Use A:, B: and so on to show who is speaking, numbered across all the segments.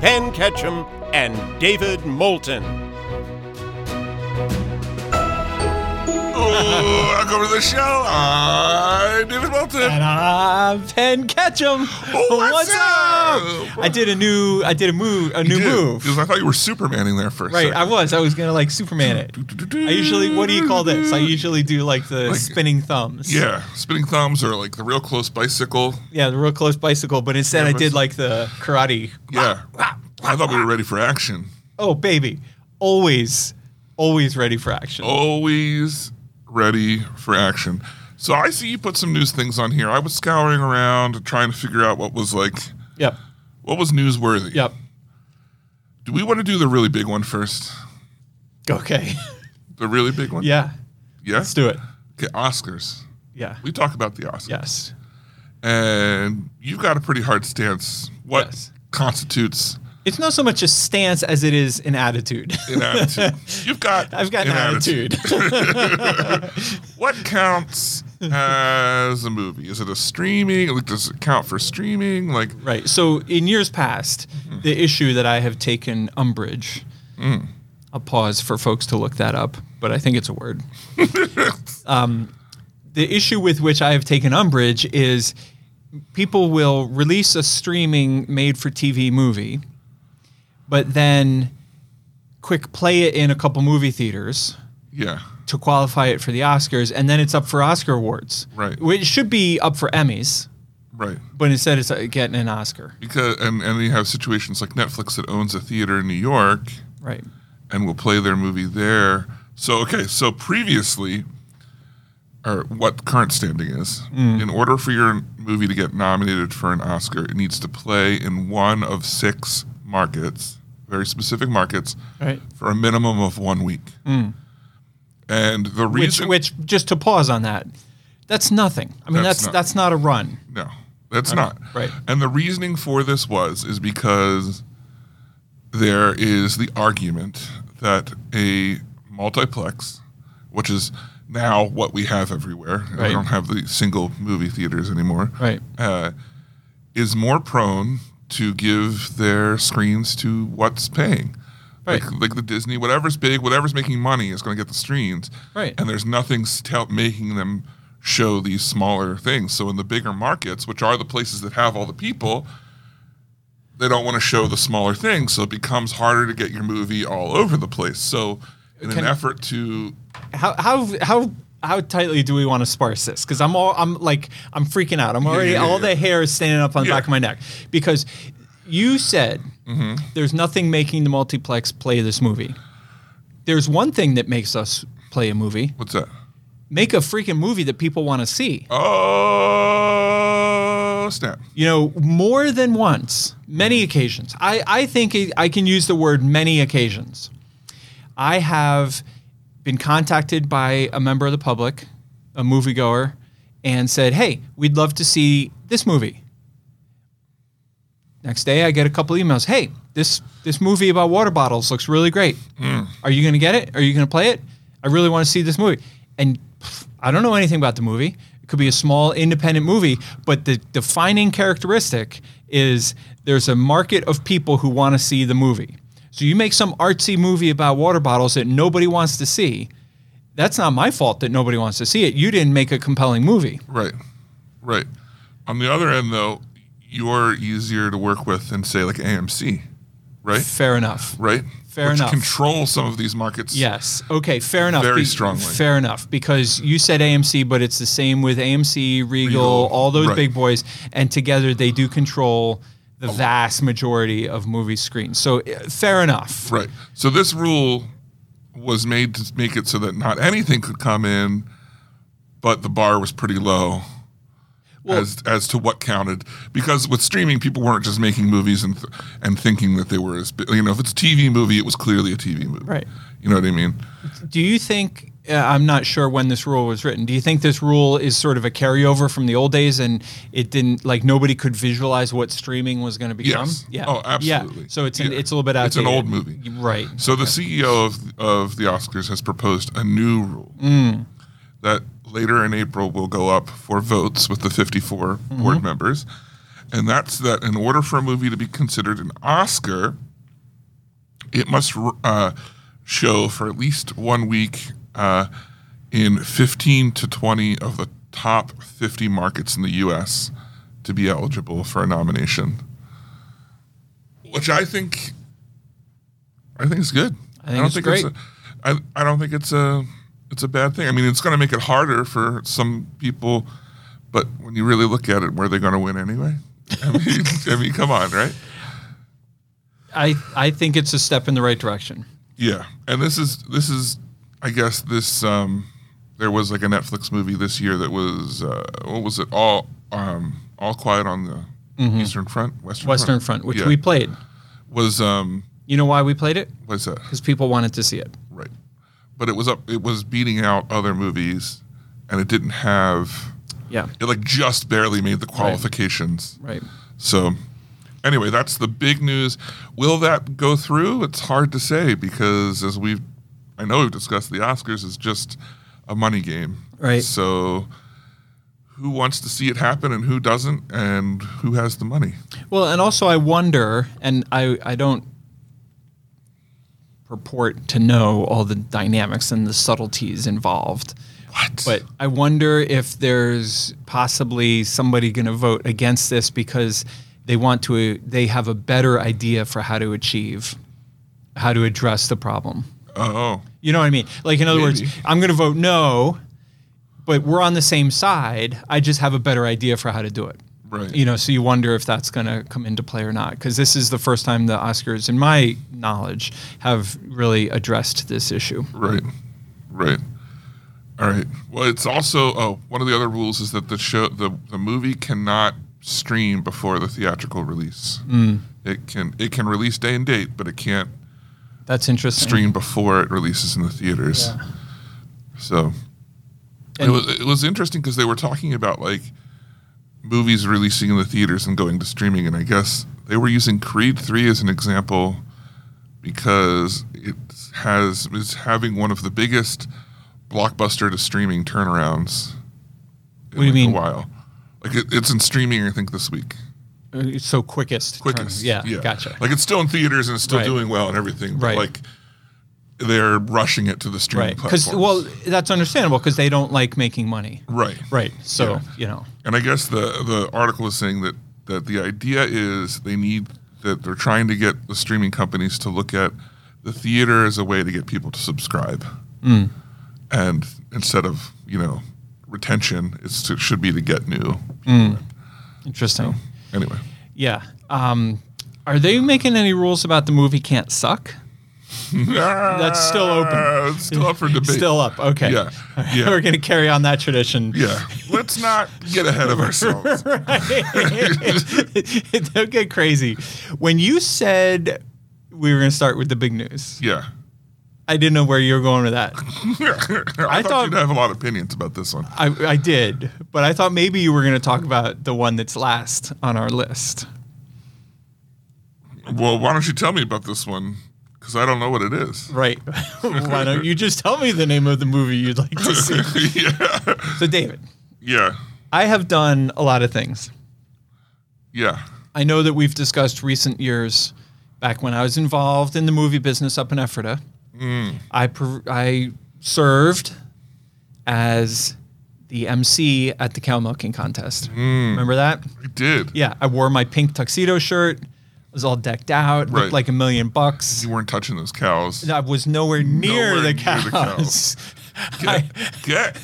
A: Penn Ketchum and David Moulton.
B: Oh, welcome to the show. I'm David Walton.
C: And I'm Penn Ketchum.
B: what's up?
C: I did a new, I did a move, a new
B: You did,
C: move.
B: 'cause I thought you were Supermaning there for a
C: Right,
B: second.
C: I was, I was gonna like Superman it. I usually, what do you call this? I usually do like the
B: Like-
C: spinning thumbs.
B: Yeah, spinning thumbs or like the real close bicycle.
C: yeah, the real close bicycle. But instead, I
B: but-
C: did like the karate.
B: Yeah. I thought we were ready for action.
C: Oh, baby, always, always ready for action.
B: Oh. Always ready for action. So I see you put some news things on here. I was scouring around trying to figure out what was like
C: Yep,
B: what was newsworthy.
C: yep.
B: Do we want to do the really big one first?
C: Okay,
B: The really big one?
C: yeah,
B: Yeah.
C: let's do it.
B: Okay, Oscars.
C: Yeah,
B: We talk about the Oscars.
C: yes.
B: and you've got a pretty hard stance. What
C: Yes.
B: constitutes
C: It's not so much a stance as it is an attitude.
B: inattitude? you've got
C: I've got an attitude.
B: What counts as a movie? Is it a streaming? Like, does it count for streaming? Like,
C: Right. So in years past, the issue that I have taken umbrage. I'll pause for folks to look that up, but I think it's a word. um, the issue with which I have taken umbrage is people will release a streaming made for TV movie, but then quick play it in a couple movie theaters
B: yeah,
C: to qualify it for the Oscars, and then it's up for Oscar awards.
B: Right.
C: Which should be up for Emmys,
B: right.
C: but instead it's uh, getting an Oscar.
B: Because and and you have situations like Netflix that owns a theater in New York
C: Right.
B: and will play their movie there. So okay, so previously. Or what current standing is.
C: Mm.
B: In order for your movie to get nominated for an Oscar, it needs to play in one of six markets, very specific markets,
C: Right.
B: for a minimum of one week. And the
C: Mm. which
B: reason,
C: which just to pause on that that's nothing i mean
B: That's
C: that's that's not,
B: not-
C: a run
B: no, that's not
C: right.
B: And the reasoning for this was is because there is the argument that a multiplex, which is now what we have everywhere,
C: Right.
B: we don't have the single movie theaters anymore,
C: right
B: uh, is more prone to give their screens to what's paying.
C: Right.
B: Like, like the Disney, whatever's big, whatever's making money is going to get the streams.
C: Right.
B: And there's nothing st- making them show these smaller things. So in the bigger markets, which are the places that have all the people, they don't want to show the smaller things. So it becomes harder to get your movie all over the place. So in an
C: Can-
B: effort to
C: how how how how tightly do we want to sparse this? Because I'm all I'm like I'm freaking out. I'm already
B: yeah,
C: all
B: yeah.
C: the hair is standing up on the
B: Yeah. Mm-hmm.
C: back of my neck because you said there's nothing making the multiplex play this movie. There's one thing that makes us play a movie.
B: what's that?
C: Make a freaking movie that people want to see.
B: Oh snap!
C: you know, more than once, many occasions. I, I think I- I can use the word many occasions. I have been contacted by a member of the public, a moviegoer, and said, hey, we'd love to see this movie. Next day, I get a couple emails. Hey, this, this movie about water bottles looks really great. Are you going to get it? Are you going to play it? I really want to see this movie. And pff, I don't know anything about the movie. It could be a small independent movie, but the defining characteristic is there's a market of people who want to see the movie. So you make some artsy movie about water bottles that nobody wants to see. That's not my fault that nobody wants to see it. You didn't make a compelling movie.
B: Right. Right. On the other end, though, you're easier to work with than, say, like AMC, right?
C: Fair enough.
B: Right?
C: Fair
B: Which
C: enough.
B: control some of these markets.
C: Yes. Okay. Fair enough.
B: Very strongly.
C: Fair enough because you said AMC, but it's the same with AMC, Regal,
B: Regal,
C: all those
B: right. Oh.
C: big boys, and together they do control the vast majority of movie screens. So eh, fair enough.
B: Right. So this rule was made to make it so that not anything could come in, but the bar was pretty low. as as to what counted because with streaming people weren't just making movies and th- and thinking that they were as big. you know if it's a TV movie it was clearly a TV movie
C: Right.
B: you know what I mean
C: Do you think? Uh, I'm not sure when this rule was written. Do you think this rule is sort of a carryover from the old days, and it didn't like nobody could visualize what streaming was going to become?
B: Yes. Oh, absolutely.
C: So it's an,
B: Yeah.
C: it's a little bit
B: It's an
C: outdated.
B: old movie.
C: right?
B: so the CEO of of the Oscars has proposed a new rule that later in April will go up for votes with the 54 board members and that's that in order for a movie to be considered an Oscar it must uh, show for at least one week uh, in 15 to 20 of the top 50 markets in the U.S. to be eligible for a nomination, which I think I think is good. I
C: think it's great.
B: It's a, I, I don't think it's a it's a bad thing. I mean, it's going to make it harder for some people, but when you really look at it, where they're going to win anyway? I mean, I mean, come on, right?
C: I I think it's a step in the right direction.
B: Yeah, and this is this is, I guess this um, there was like a Netflix movie this year that was uh, what was it all um, all quiet on the Eastern Front Western
C: Mm-hmm. Western Front, which
B: Yeah.
C: we played.
B: was um
C: You know why we played it?
B: what's that
C: Because people wanted to see it.
B: right, but it was up it was beating out other movies, and it didn't have
C: Yeah.
B: it like just barely made the qualifications.
C: Right.
B: So anyway, that's the big news. Will that go through? It's hard to say because as we've I know we've discussed the Oscars is just a money game.
C: Right.
B: So who wants to see it happen and who doesn't and who has the money?
C: Well, and also I wonder, and I I don't purport to know all the dynamics and the subtleties involved,
B: What?
C: but I wonder if there's possibly somebody going to vote against this because they want to they have a better idea for how to achieve how to address the problem.
B: oh.
C: You know what I mean? Like in other
B: Maybe.
C: words, I'm going to vote no, but we're on the same side. I just have a better idea for how to do it.
B: Right.
C: You know, so you wonder if that's going to come into play or not because this is the first time the Oscars in my knowledge have really addressed this issue.
B: Right. Right. All right. Well, it's also oh, one of the other rules is that the show the, the movie cannot stream before the theatrical release. It can it can release day and date, but it can't
C: That's interesting.
B: stream before it releases in the theaters. So it
C: And-
B: was it was interesting because they were talking about like movies releasing in the theaters and going to streaming, and I guess they were using Creed three as an example because it has is having one of the biggest blockbuster to streaming turnarounds. In
C: What do you
B: like,
C: mean?
B: A while, like it, it's in streaming. I think this week.
C: Uh, So quickest. turn-
B: Quickest.
C: Yeah, Gotcha.
B: Like it's still in theaters and it's still
C: Right.
B: doing well and everything. But
C: Right.
B: Like they're rushing it to the streaming
C: right. Because,
B: platforms.
C: well, that's understandable because they don't like making money.
B: right,
C: Right. So,
B: Yeah.
C: you know,
B: And I guess the the article is saying that that the idea is they need that they're trying to get the streaming companies to look at the theater as a way to get people to subscribe,
C: Mm.
B: and instead of you know retention, it's to, should be to get new.
C: interesting.
B: Anyway,
C: Yeah. Um, are they making any rules about the movie can't suck?
B: that's
C: still open.
B: It's still up for debate.
C: Still up. Okay.
B: Yeah. Yeah.
C: We're going to carry on that tradition.
B: Yeah, let's not get ahead of ourselves.
C: Don't get crazy. When you said we were going to start with the big news,
B: Yeah.
C: I didn't know where you were going with that.
B: I, thought,
C: thought-
B: you'd have a lot of opinions about this one.
C: I, I did, but I thought maybe you were going to talk about the one that's last on our list.
B: Well, why don't you tell me about this one? Because I don't know what it is.
C: Right. Why don't you just tell me the name of the movie you'd like to see?
B: yeah.
C: So, David,
B: Yeah.
C: I have done a lot of things.
B: Yeah.
C: I know that we've discussed recent years back when I was involved in the movie business up in Ephrata.
B: Mm.
C: I per- I served as the MC at the cow milking contest.
B: Mm.
C: Remember that?
B: I did.
C: Yeah, I wore my pink tuxedo shirt. I was all decked out,
B: Right.
C: looked like a million bucks.
B: You weren't touching those cows.
C: I was nowhere near,
B: Nowhere near the
C: the, cows.
B: cows. Get, get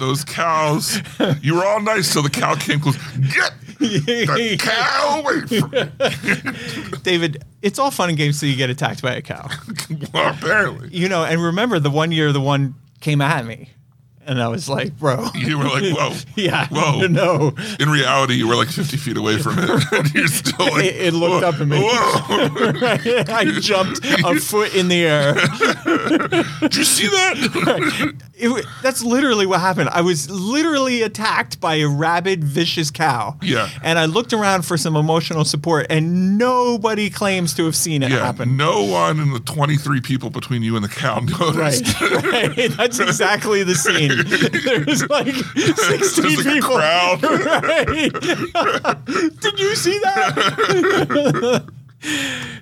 B: those cows. You were all nice till the cow came close. Get the cow away from me.
C: David, it's all fun and games till you get attacked by a cow.
B: Well, apparently.
C: you know, and remember the one year the one came at me. and I was like, bro,
B: You were like, whoa.
C: yeah,
B: Whoa.
C: no,
B: In reality, you were like 50 feet away from it. and you're still like,
C: It- it looked
B: whoa,
C: up at me.
B: Whoa.
C: I jumped a foot in the air.
B: Did you see that?
C: It, wa- that's literally what happened. I was literally attacked by a rabid, vicious cow.
B: Yeah.
C: And I looked around for some emotional support, and nobody claims to have seen it
B: yeah.
C: happen.
B: No one in the 23 people between you and the cow
C: Right.
B: noticed.
C: right. That's exactly the scene. There's like 16
B: There's like a
C: people.
B: crowd.
C: Right. Did you see that?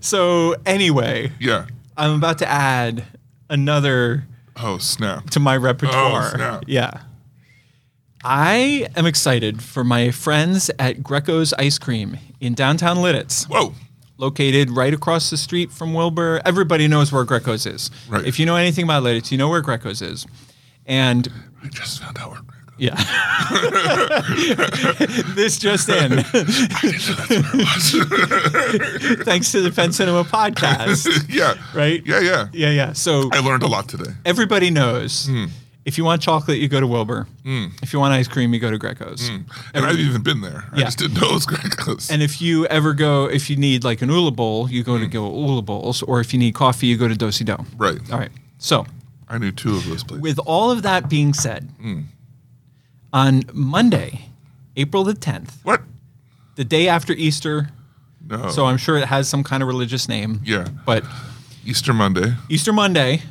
C: so, anyway,
B: Yeah.
C: I'm about to add another
B: Oh, snap.
C: to my repertoire.
B: Oh, snap.
C: Yeah. I am excited for my friends at Greco's Ice Cream in downtown Lidditz,
B: Whoa.
C: located right across the street from Wilbur. Everybody knows where Greco's is.
B: Right.
C: If you know anything about Lidditz, you know where Greco's is. And
B: I just found out where Greg goes.
C: yeah. this just in. Thanks to the Penn Cinema podcast.
B: Yeah.
C: Right?
B: Yeah, yeah.
C: Yeah, yeah. So
B: I Hmm. learned a lot today.
C: everybody knows if you want chocolate, you go to Wilbur.
B: Hmm.
C: If you want ice cream, you go to Greco's.
B: And I've even been there. I
C: Yeah.
B: just didn't know it was Greg goes.
C: And if you ever go, if you need like an Ula bowl, you
B: Hmm.
C: go to go Ula bowls, or if you need coffee, you go to Dosi Do.
B: right.
C: All right. So,
B: I knew two of those places.
C: with all of that being said,
B: Hmm.
C: on Monday, April the 10th,
B: what?
C: the day after Easter,
B: No.
C: so I'm sure it has some kind of religious name.
B: Oh. Yeah.
C: But
B: Easter Monday.
C: Easter Monday,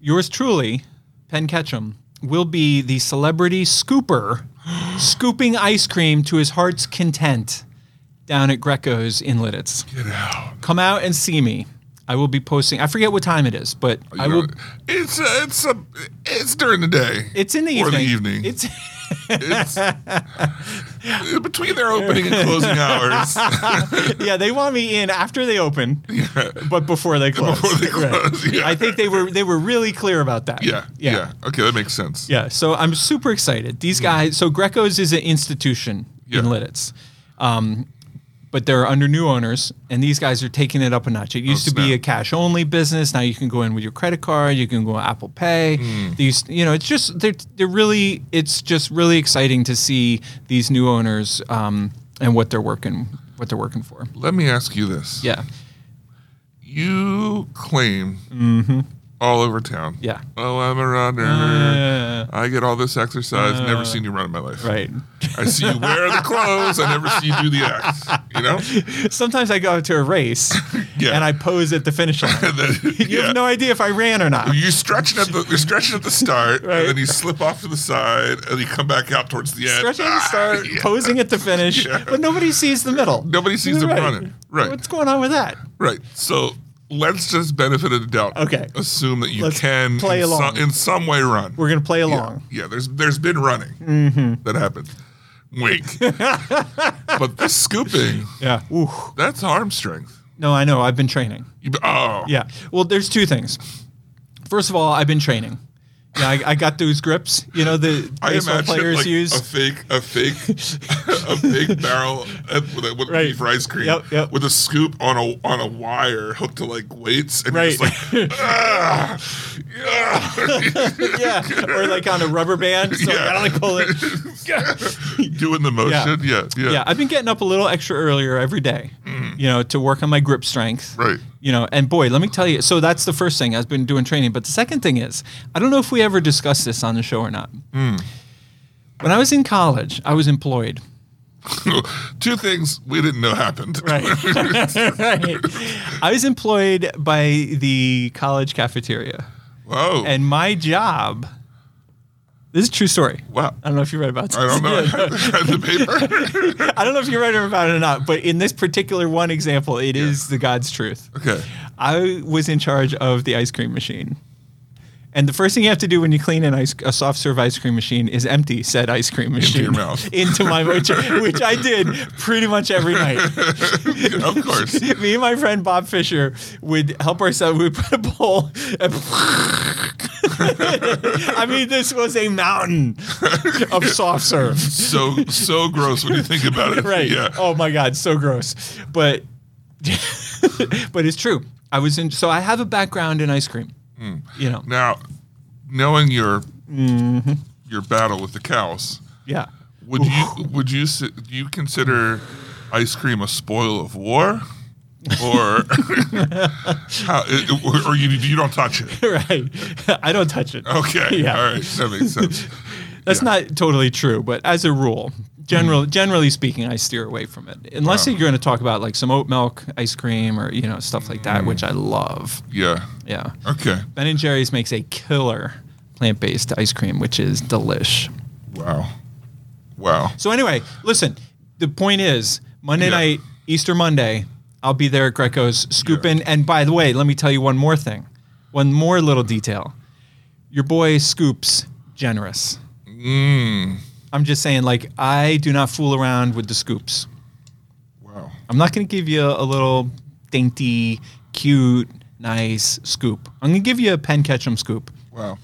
C: yours truly, Penn Ketchum, will be the celebrity scooper scooping ice cream to his heart's content down at Greco's in Lidditz.
B: Get out.
C: come out and see me. I will be posting. I forget what time it is, but I
B: You
C: will.
B: know, It's a, it's a, it's during the day.
C: It's in the
B: or
C: evening.
B: the evening.
C: It's
B: It's between their opening and closing hours.
C: yeah. They want me in after they open, but before they close.
B: Before they
C: Right.
B: close, yeah.
C: I think they were they were really clear about that.
B: yeah, yeah,
C: Yeah.
B: Okay, that makes sense.
C: Yeah, so I'm super excited. These guys, so Greco's is an institution in
B: Mm-hmm. Yeah.
C: Lidditz, um, but they're under new owners, and these guys are taking it up a notch. It used to be
B: snap.
C: a cash only business. Now you can go in with your credit card. You can go on Apple Pay.
B: Mm.
C: These, you know, it's just they're they're really it's just really exciting to see these new owners um, and what they're working what they're working for.
B: Let me ask you this.
C: Yeah,
B: You claim all over town.
C: Mm-hmm. Yeah. Uh.
B: Oh, I'm a runner. I get all this exercise. Never seen you run in my life.
C: right.
B: I see you wear the clothes. I never see you do the acts. You know?
C: Sometimes I go out to a race
B: Yeah.
C: and I pose at the finish line.
B: And then-
C: You
B: yeah.
C: have no idea if I ran or not.
B: You're stretching at the you're stretching at the start,
C: Right.
B: and then you slip off to the side, and you come back out towards the end.
C: stretching at
B: Ah,
C: the start,
B: yeah.
C: posing at the finish,
B: Yeah.
C: but nobody sees the middle.
B: Nobody sees them
C: Right.
B: running. Right.
C: What's going on with that?
B: Right. So let's just benefit of the doubt.
C: Okay.
B: Assume that you
C: Let's
B: can
C: play
B: in, so-
C: along.
B: in some way run.
C: We're gonna play
B: yeah.
C: along. Mm-hmm.
B: Yeah. There's there's been running that happened. Wink. but this scooping,
C: Yeah. Ooh.
B: that's arm strength.
C: No, I know. I've been training.
B: You, oh.
C: Yeah. Well, there's two things. First of all, I've been training. Yeah, I, I got those grips. You know the
B: I
C: baseball
B: imagine
C: players
B: like
C: use.
B: a fake, a fake, a fake barrel uh, with, a- with
C: Right.
B: beef ice cream
C: Yep, yep.
B: with a scoop on a on a wire hooked to like weights, and you're
C: Right.
B: just like, ah, yeah."
C: yeah, or like on a rubber band. So
B: Yeah.
C: I gotta like pull it.
B: doing the motion. Yeah, yeah,
C: Yeah, I've been getting up a little extra earlier every day.
B: Mm.
C: You know, to work on my grip strength.
B: right.
C: you know and boy let me tell you so that's the first thing i've been doing training but the second thing is i don't know if we ever discussed this on the show or not
B: Hmm.
C: when i was in college i was employed
B: Two things we didn't know happened.
C: right i was employed by the college cafeteria
B: Whoa.
C: and my job this is a true story
B: wow.
C: I don't know if you read about this.
B: I don't know.
C: Yeah,
B: I read the paper.
C: I don't know if you read about it or not, but in this particular one example, it is the God's truth.
B: okay.
C: I was in charge of the ice cream machine. And the first thing you have to do when you clean an ice, a soft serve ice cream machine is empty said ice cream machine
B: your mouth.
C: into my which, which I did pretty much every night.
B: Of course.
C: Me and my friend Bob Fisher would help ourselves. We'd put a bowl. And I mean, this was a mountain of soft serve
B: So so gross when you think about it.
C: right.
B: Yeah.
C: Oh my God, so gross. But but it's true. I was in so I
B: Hmm.
C: have a background in ice cream. You know.
B: Now, knowing your your battle with the cows.
C: Yeah.
B: Would you would you s- do you consider ice cream a spoil of war, or how, or you you don't touch it?
C: right. I don't touch it.
B: Okay,
C: Yeah.
B: all right, that makes sense.
C: That's
B: yeah.
C: not totally true, but as a rule, general generally speaking, I steer away from it. Unless you're going to talk about like some oat milk ice cream or you know stuff like that, which I love.
B: Yeah.
C: Yeah.
B: Okay.
C: Ben and Jerry's makes a killer plant-based ice cream, which is delish.
B: Wow. Wow.
C: So anyway, listen. The point is Monday
B: Yeah.
C: night, Easter Monday. I'll be there at Greco's scooping. And by the way, let me tell you one more thing, one more little detail. Your boy scoops generous.
B: Mm.
C: I'm just saying, like I do not fool around with the scoops.
B: Wow.
C: I'm not going to give you a little dainty, cute, nice scoop. I'm going to give you a Penn Ketchum scoop.
B: Wow.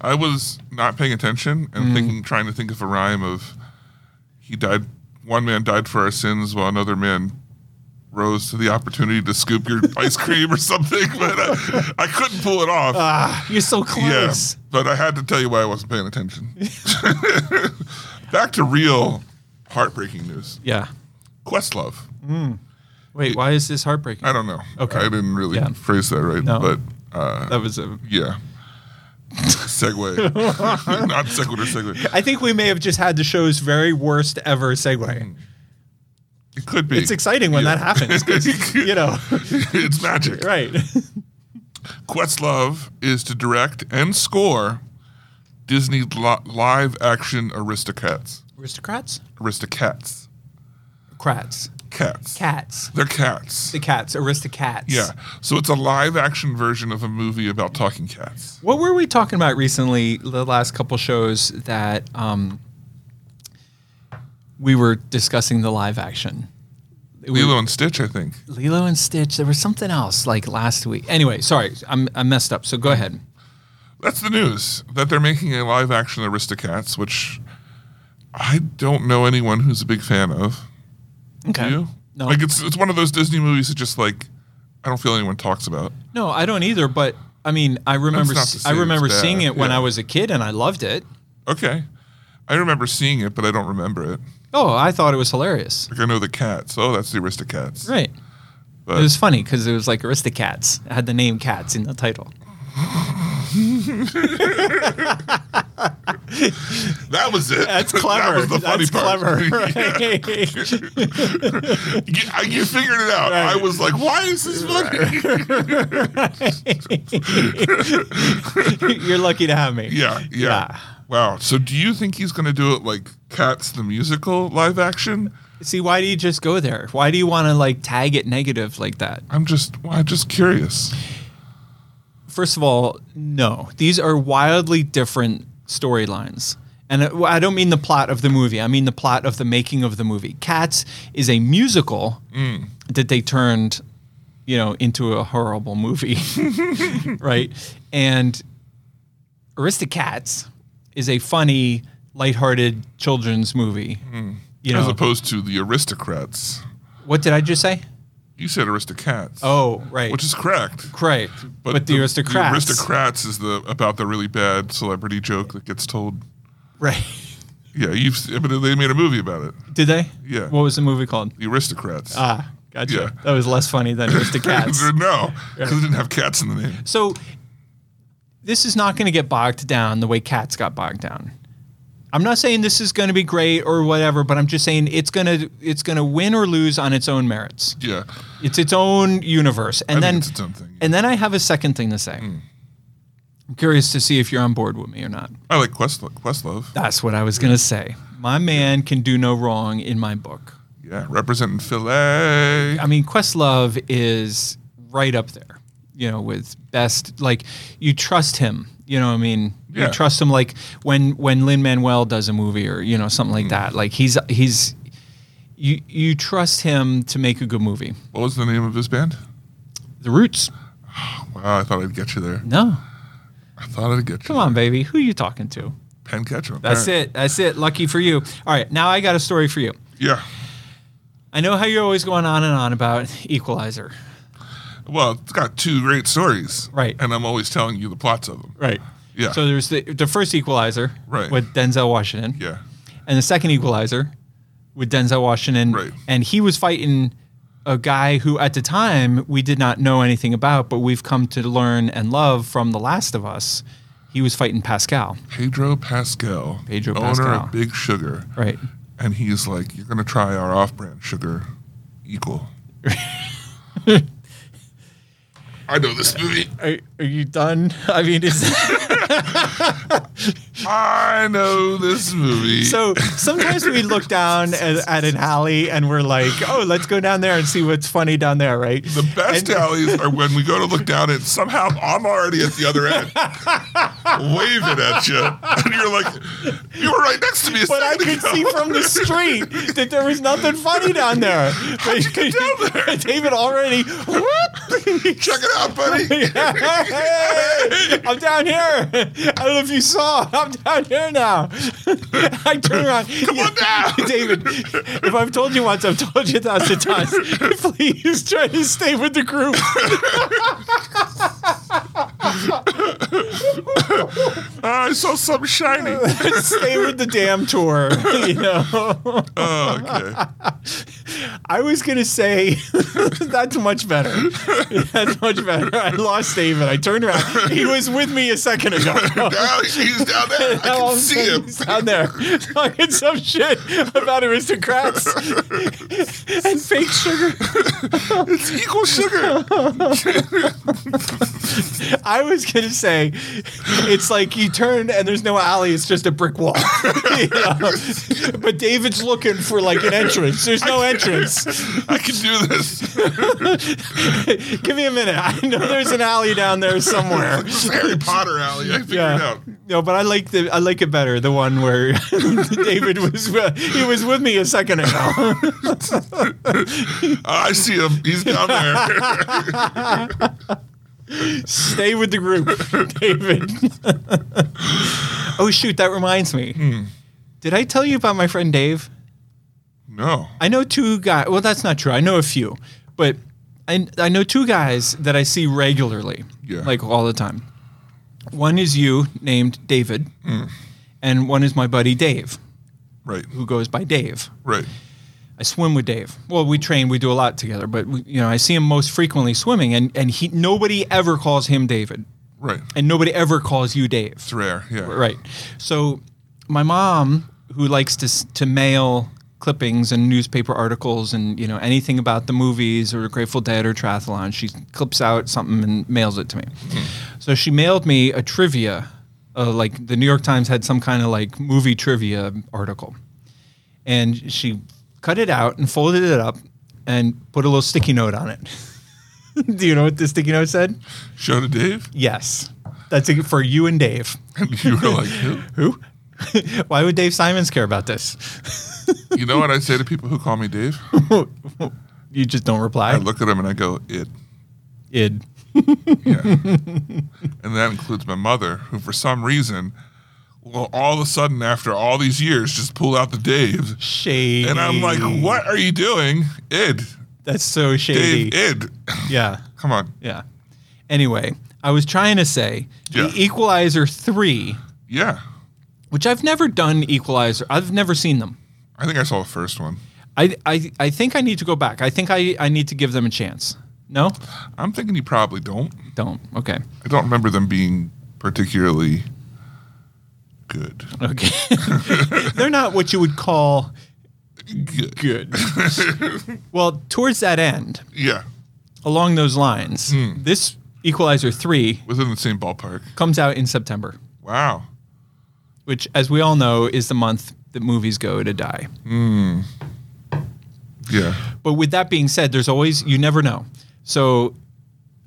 B: I was not paying attention and
C: Mm.
B: thinking, trying to think of a rhyme of he died, one man died for our sins while another man rose to the opportunity to scoop your ice cream or something, but I, I couldn't pull it off.
C: You're so
B: yeah.
C: close.
B: But I had to tell you why I wasn't paying attention. Back to real heartbreaking news
C: Yeah.
B: Questlove.
C: Wait, why is this heartbreaking?
B: I don't know.
C: Okay.
B: I didn't really
C: Yeah.
B: phrase that right,
C: No.
B: but uh,
C: That was a
B: yeah. Segway. not sequitur, segue.
C: I think we may have just had the show's very worst ever segue.
B: It could be.
C: It's exciting when
B: Mm, Yeah.
C: that happens, 'cause, you know,
B: it's magic.
C: right?
B: Questlove is to direct and score Disney li- live action Aristocats.
C: Aristocrats,
B: Aristocats.
C: crats,
B: Cats.
C: cats,
B: They're cats.
C: the cats, aristocats.
B: yeah. So it's a live action version of a movie about talking cats.
C: What were we talking about recently? The last couple shows that um, we were discussing the live action. We-
B: Lilo and Stitch, I think.
C: Lilo and Stitch. There was something else like last week. Anyway, sorry, I'm I messed up. So
B: Mm.
C: go ahead.
B: That's the news that they're making a live action Aristocats, which I don't know anyone who's a big fan of.
C: Okay.
B: Do you?
C: No.
B: Like it's it's one of those Disney movies that just like I don't feel anyone talks about.
C: No, I don't either. But I mean, I remember
B: not to
C: I
B: say it's
C: remember
B: bad,
C: seeing it when
B: yeah.
C: I was a kid, and I loved it.
B: Okay. I remember seeing it, but I don't remember it.
C: Oh, I thought it was hilarious.
B: Like I know the cats. Oh, that's the Aristocats.
C: Right.
B: But-
C: it was funny because it was like Aristocats. It had the name Cats in the title.
B: That was it. that was the funny part. You, I- you figured it out. I was like, why is this funny?
C: You're lucky to have me.
B: Yeah, yeah.
C: Yeah.
B: Wow. So do you think he's going to do it like Cats the musical live action?
C: See, why do you just go there? Why do you want to like tag it negative like that?
B: I'm just well, I'm just curious.
C: First of all, no. These are wildly different storylines. And uh, I don't mean the plot of the movie. I mean the plot of the making of the movie. Cats is a musical that they turned, you know, into a horrible movie. right? And Aristocats is a funny, lighthearted children's movie. You
B: As
C: know,
B: opposed to the Aristocrats.
C: what did I just say?
B: You said Aristocats.
C: Oh, right.
B: Which is correct.
C: Right. But, the, aristocrats.
B: The aristocrats is the about the really bad celebrity joke that gets told.
C: Right.
B: Yeah, you've. s- But they made a movie about it.
C: Did they?
B: Yeah.
C: What was the movie called?
B: The aristocrats.
C: Ah, gotcha.
B: Yeah.
C: That was less funny than aristocrats.
B: no, because it didn't have cats in the name.
C: so this is not going to get bogged down the way cats got bogged down. I'm not saying this is going to be great or whatever, but I'm just saying it's going to it's going to win or lose on its own merits.
B: Yeah,
C: It's its own universe. And
B: I
C: then
B: think it's its own Hmm. thing.
C: and then I have a second thing to say. I'm curious to see if you're on board with me or not.
B: I like Questlove. Questlove.
C: That's what I was going to say. My man can do no wrong in my book.
B: Yeah, representing Philly.
C: I mean, Questlove is right up there, you know, with best. Like, you trust him. You know, what I mean,
B: Yeah.
C: you trust him. Like when when Lin Manuel does a movie or you know something
B: Mm.
C: like that. Like he's he's you you trust him to make a good movie.
B: What was the name of his band?
C: The Roots.
B: Wow, I thought I'd get you there.
C: No,
B: I thought I'd get you.
C: come on, baby. Who you talking to?
B: Penn Ketchum.
C: That's it. That's it. Lucky for you. All right, now I got a story for you.
B: Yeah.
C: I know how you're always going on and on about Equalizer.
B: Well, it's got two great stories.
C: Right.
B: And I'm always telling you the plots of them.
C: Right.
B: Yeah.
C: So there's the the first Equalizer
B: Right.
C: with Denzel Washington,
B: yeah.
C: and the second Equalizer with Denzel Washington,
B: Right.
C: and he was fighting a guy who at the time we did not know anything about, but we've come to learn and love from The Last of Us. He was fighting Pascal,
B: Pedro Pascal,
C: Pedro
B: owner
C: Pascal.
B: of Big Sugar,
C: right?
B: and he's like, "You're gonna try our off-brand sugar, equal." I know this movie.
C: Are, are you done? I mean, is.
B: I know this movie.
C: So sometimes we look down at, at an alley and we're like, oh, let's go down there and see what's funny down there, right?
B: the best
C: And-
B: alleys are when we go to look down and somehow I'm already at the other end, waving at you, and you're like, "You were right next to me." A
C: But I
B: second
C: could
B: ago."
C: see from the street that there was nothing funny down there. But
B: down there?
C: David already, whoop!
B: Check it out, buddy.
C: Hey, I'm down here. I don't know if you saw. I'm down here now. I turn around. Come
B: on down.
C: David, if I've told you once, I've told you a thousand times. Please try to stay with the group.
B: I saw something shiny.
C: stay with the damn tour. You know,
B: Oh, okay.
C: I was gonna say that's much better. That's much better. I lost David. I turned around. He was with me a second ago.
B: Now he's down there. I
C: Now all
B: can
C: of a
B: see
C: sudden
B: him.
C: he's down there talking some shit about aristocrats and fake sugar.
B: It's equal sugar.
C: I was gonna say it's like you turn and there's no alley. It's just a brick wall. You know? But David's looking for like an entrance. There's no entrance.
B: I can do this.
C: Give me a minute. I know there's an alley down there somewhere.
B: This is Harry Potter alley. I figured it out.
C: No, but I like the I like it better. The one where David was uh, he was with me a second ago.
B: I see him. He's down there.
C: Stay with the group, David. oh shoot, that reminds me. Did I tell you about my friend Dave?
B: no.
C: I know two guys. Well, that's not true. I know a few, but I I know two guys that I see regularly,
B: Yeah.
C: like all the time. One is you, named David, and one is my buddy Dave,
B: Right.
C: who goes by Dave.
B: Right.
C: I swim with Dave. Well, we train, we do a lot together, but we, you know, I see him most frequently swimming, and and he nobody ever calls him David,
B: Right.
C: and nobody ever calls you Dave.
B: It's rare. Yeah.
C: Right. So my mom, who likes to s- to mail clippings and newspaper articles and you know anything about the movies or Grateful Dead or triathlon, she clips out something and mails it to me. So she mailed me a trivia, uh, like the New York Times had some kind of like movie trivia article, and she cut it out and folded it up and put a little sticky note on it. Do you know what the sticky note said?
B: Show to Dave.
C: Yes. That's it for you and Dave.
B: And you were like, who?
C: Who? Why would Dave Simons care about this?
B: You know what I say to people who call me Dave?
C: you just don't reply.
B: I look at them and I go, it.
C: Id.
B: Yeah. and that includes my mother, who for some reason, well, all of a sudden after all these years, just pulled out the Dave.
C: Shady.
B: And I'm like, what are you doing? Id.
C: That's so shady.
B: Dave, Id.
C: yeah.
B: Come on.
C: Yeah. Anyway, I was trying to say
B: Yeah.
C: the Equalizer 3,
B: Yeah.
C: which I've never done Equalizer. I've never seen them.
B: I think I saw the first one.
C: I, I, I think I need to go back. I think I, I need to give them a chance. No?
B: I'm thinking you probably don't.
C: Don't. Okay.
B: I don't remember them being particularly good.
C: Okay. They're not what you would call
B: Good.
C: good. well, towards that end,
B: Yeah.
C: along those lines,
B: Hmm.
C: this Equalizer 3
B: Within the same ballpark.
C: comes out in September,
B: Wow.
C: which, as we all know, is the month that movies go to die.
B: Yeah.
C: But with that being said, there's always, you never know. So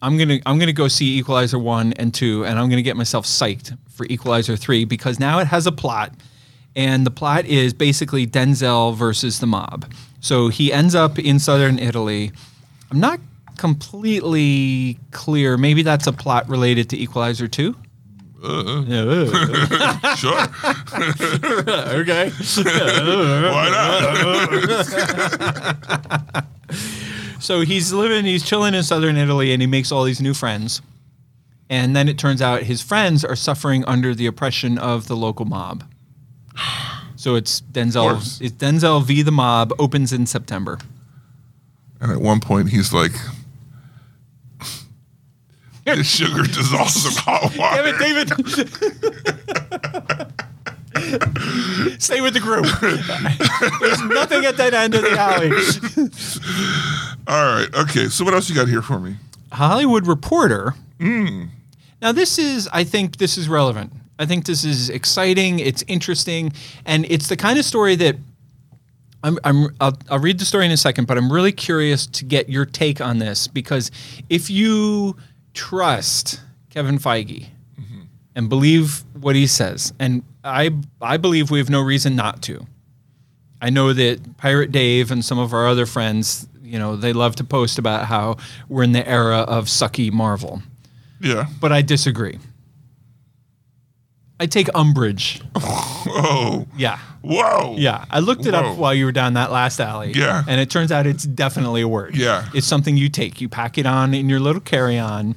C: I'm going to I'm going to go see Equalizer 1 and 2 and I'm going to get myself psyched for Equalizer 3 because now it has a plot and the plot is basically Denzel versus the mob. So he ends up in southern Italy. I'm not completely clear. Maybe that's a plot related to Equalizer 2?
B: Uh, Sure.
C: okay.
B: Why not?
C: So he's living, he's chilling in southern Italy, and he makes all these new friends. And then it turns out his friends are suffering under the oppression of the local mob. So it's Denzel.
B: course.
C: It's Denzel v the Mob opens in September.
B: And at one point, he's like, "The sugar dissolves in hot water."
C: Damn it, David. Stay with the group. There's nothing at that end of the alley.
B: All right, okay. So what else you got here for me?
C: Hollywood Reporter. Now, this is, I think, this is relevant. I think this is exciting. It's interesting, and it's the kind of story that I'm. I'm I'll, I'll read the story in a second, but I'm really curious to get your take on this because if you trust Kevin Feige and believe what he says, and I, I believe we have no reason not to. I know that Pirate Dave and some of our other friends, you know, they love to post about how we're in the era of sucky Marvel,
B: Yeah.
C: but I disagree. I take umbrage.
B: Whoa.
C: Yeah.
B: Whoa.
C: Yeah. I looked it
B: Whoa.
C: up while you were down that last alley.
B: Yeah.
C: And it turns out it's definitely a word.
B: Yeah.
C: It's something you take. You pack it on in your little carry on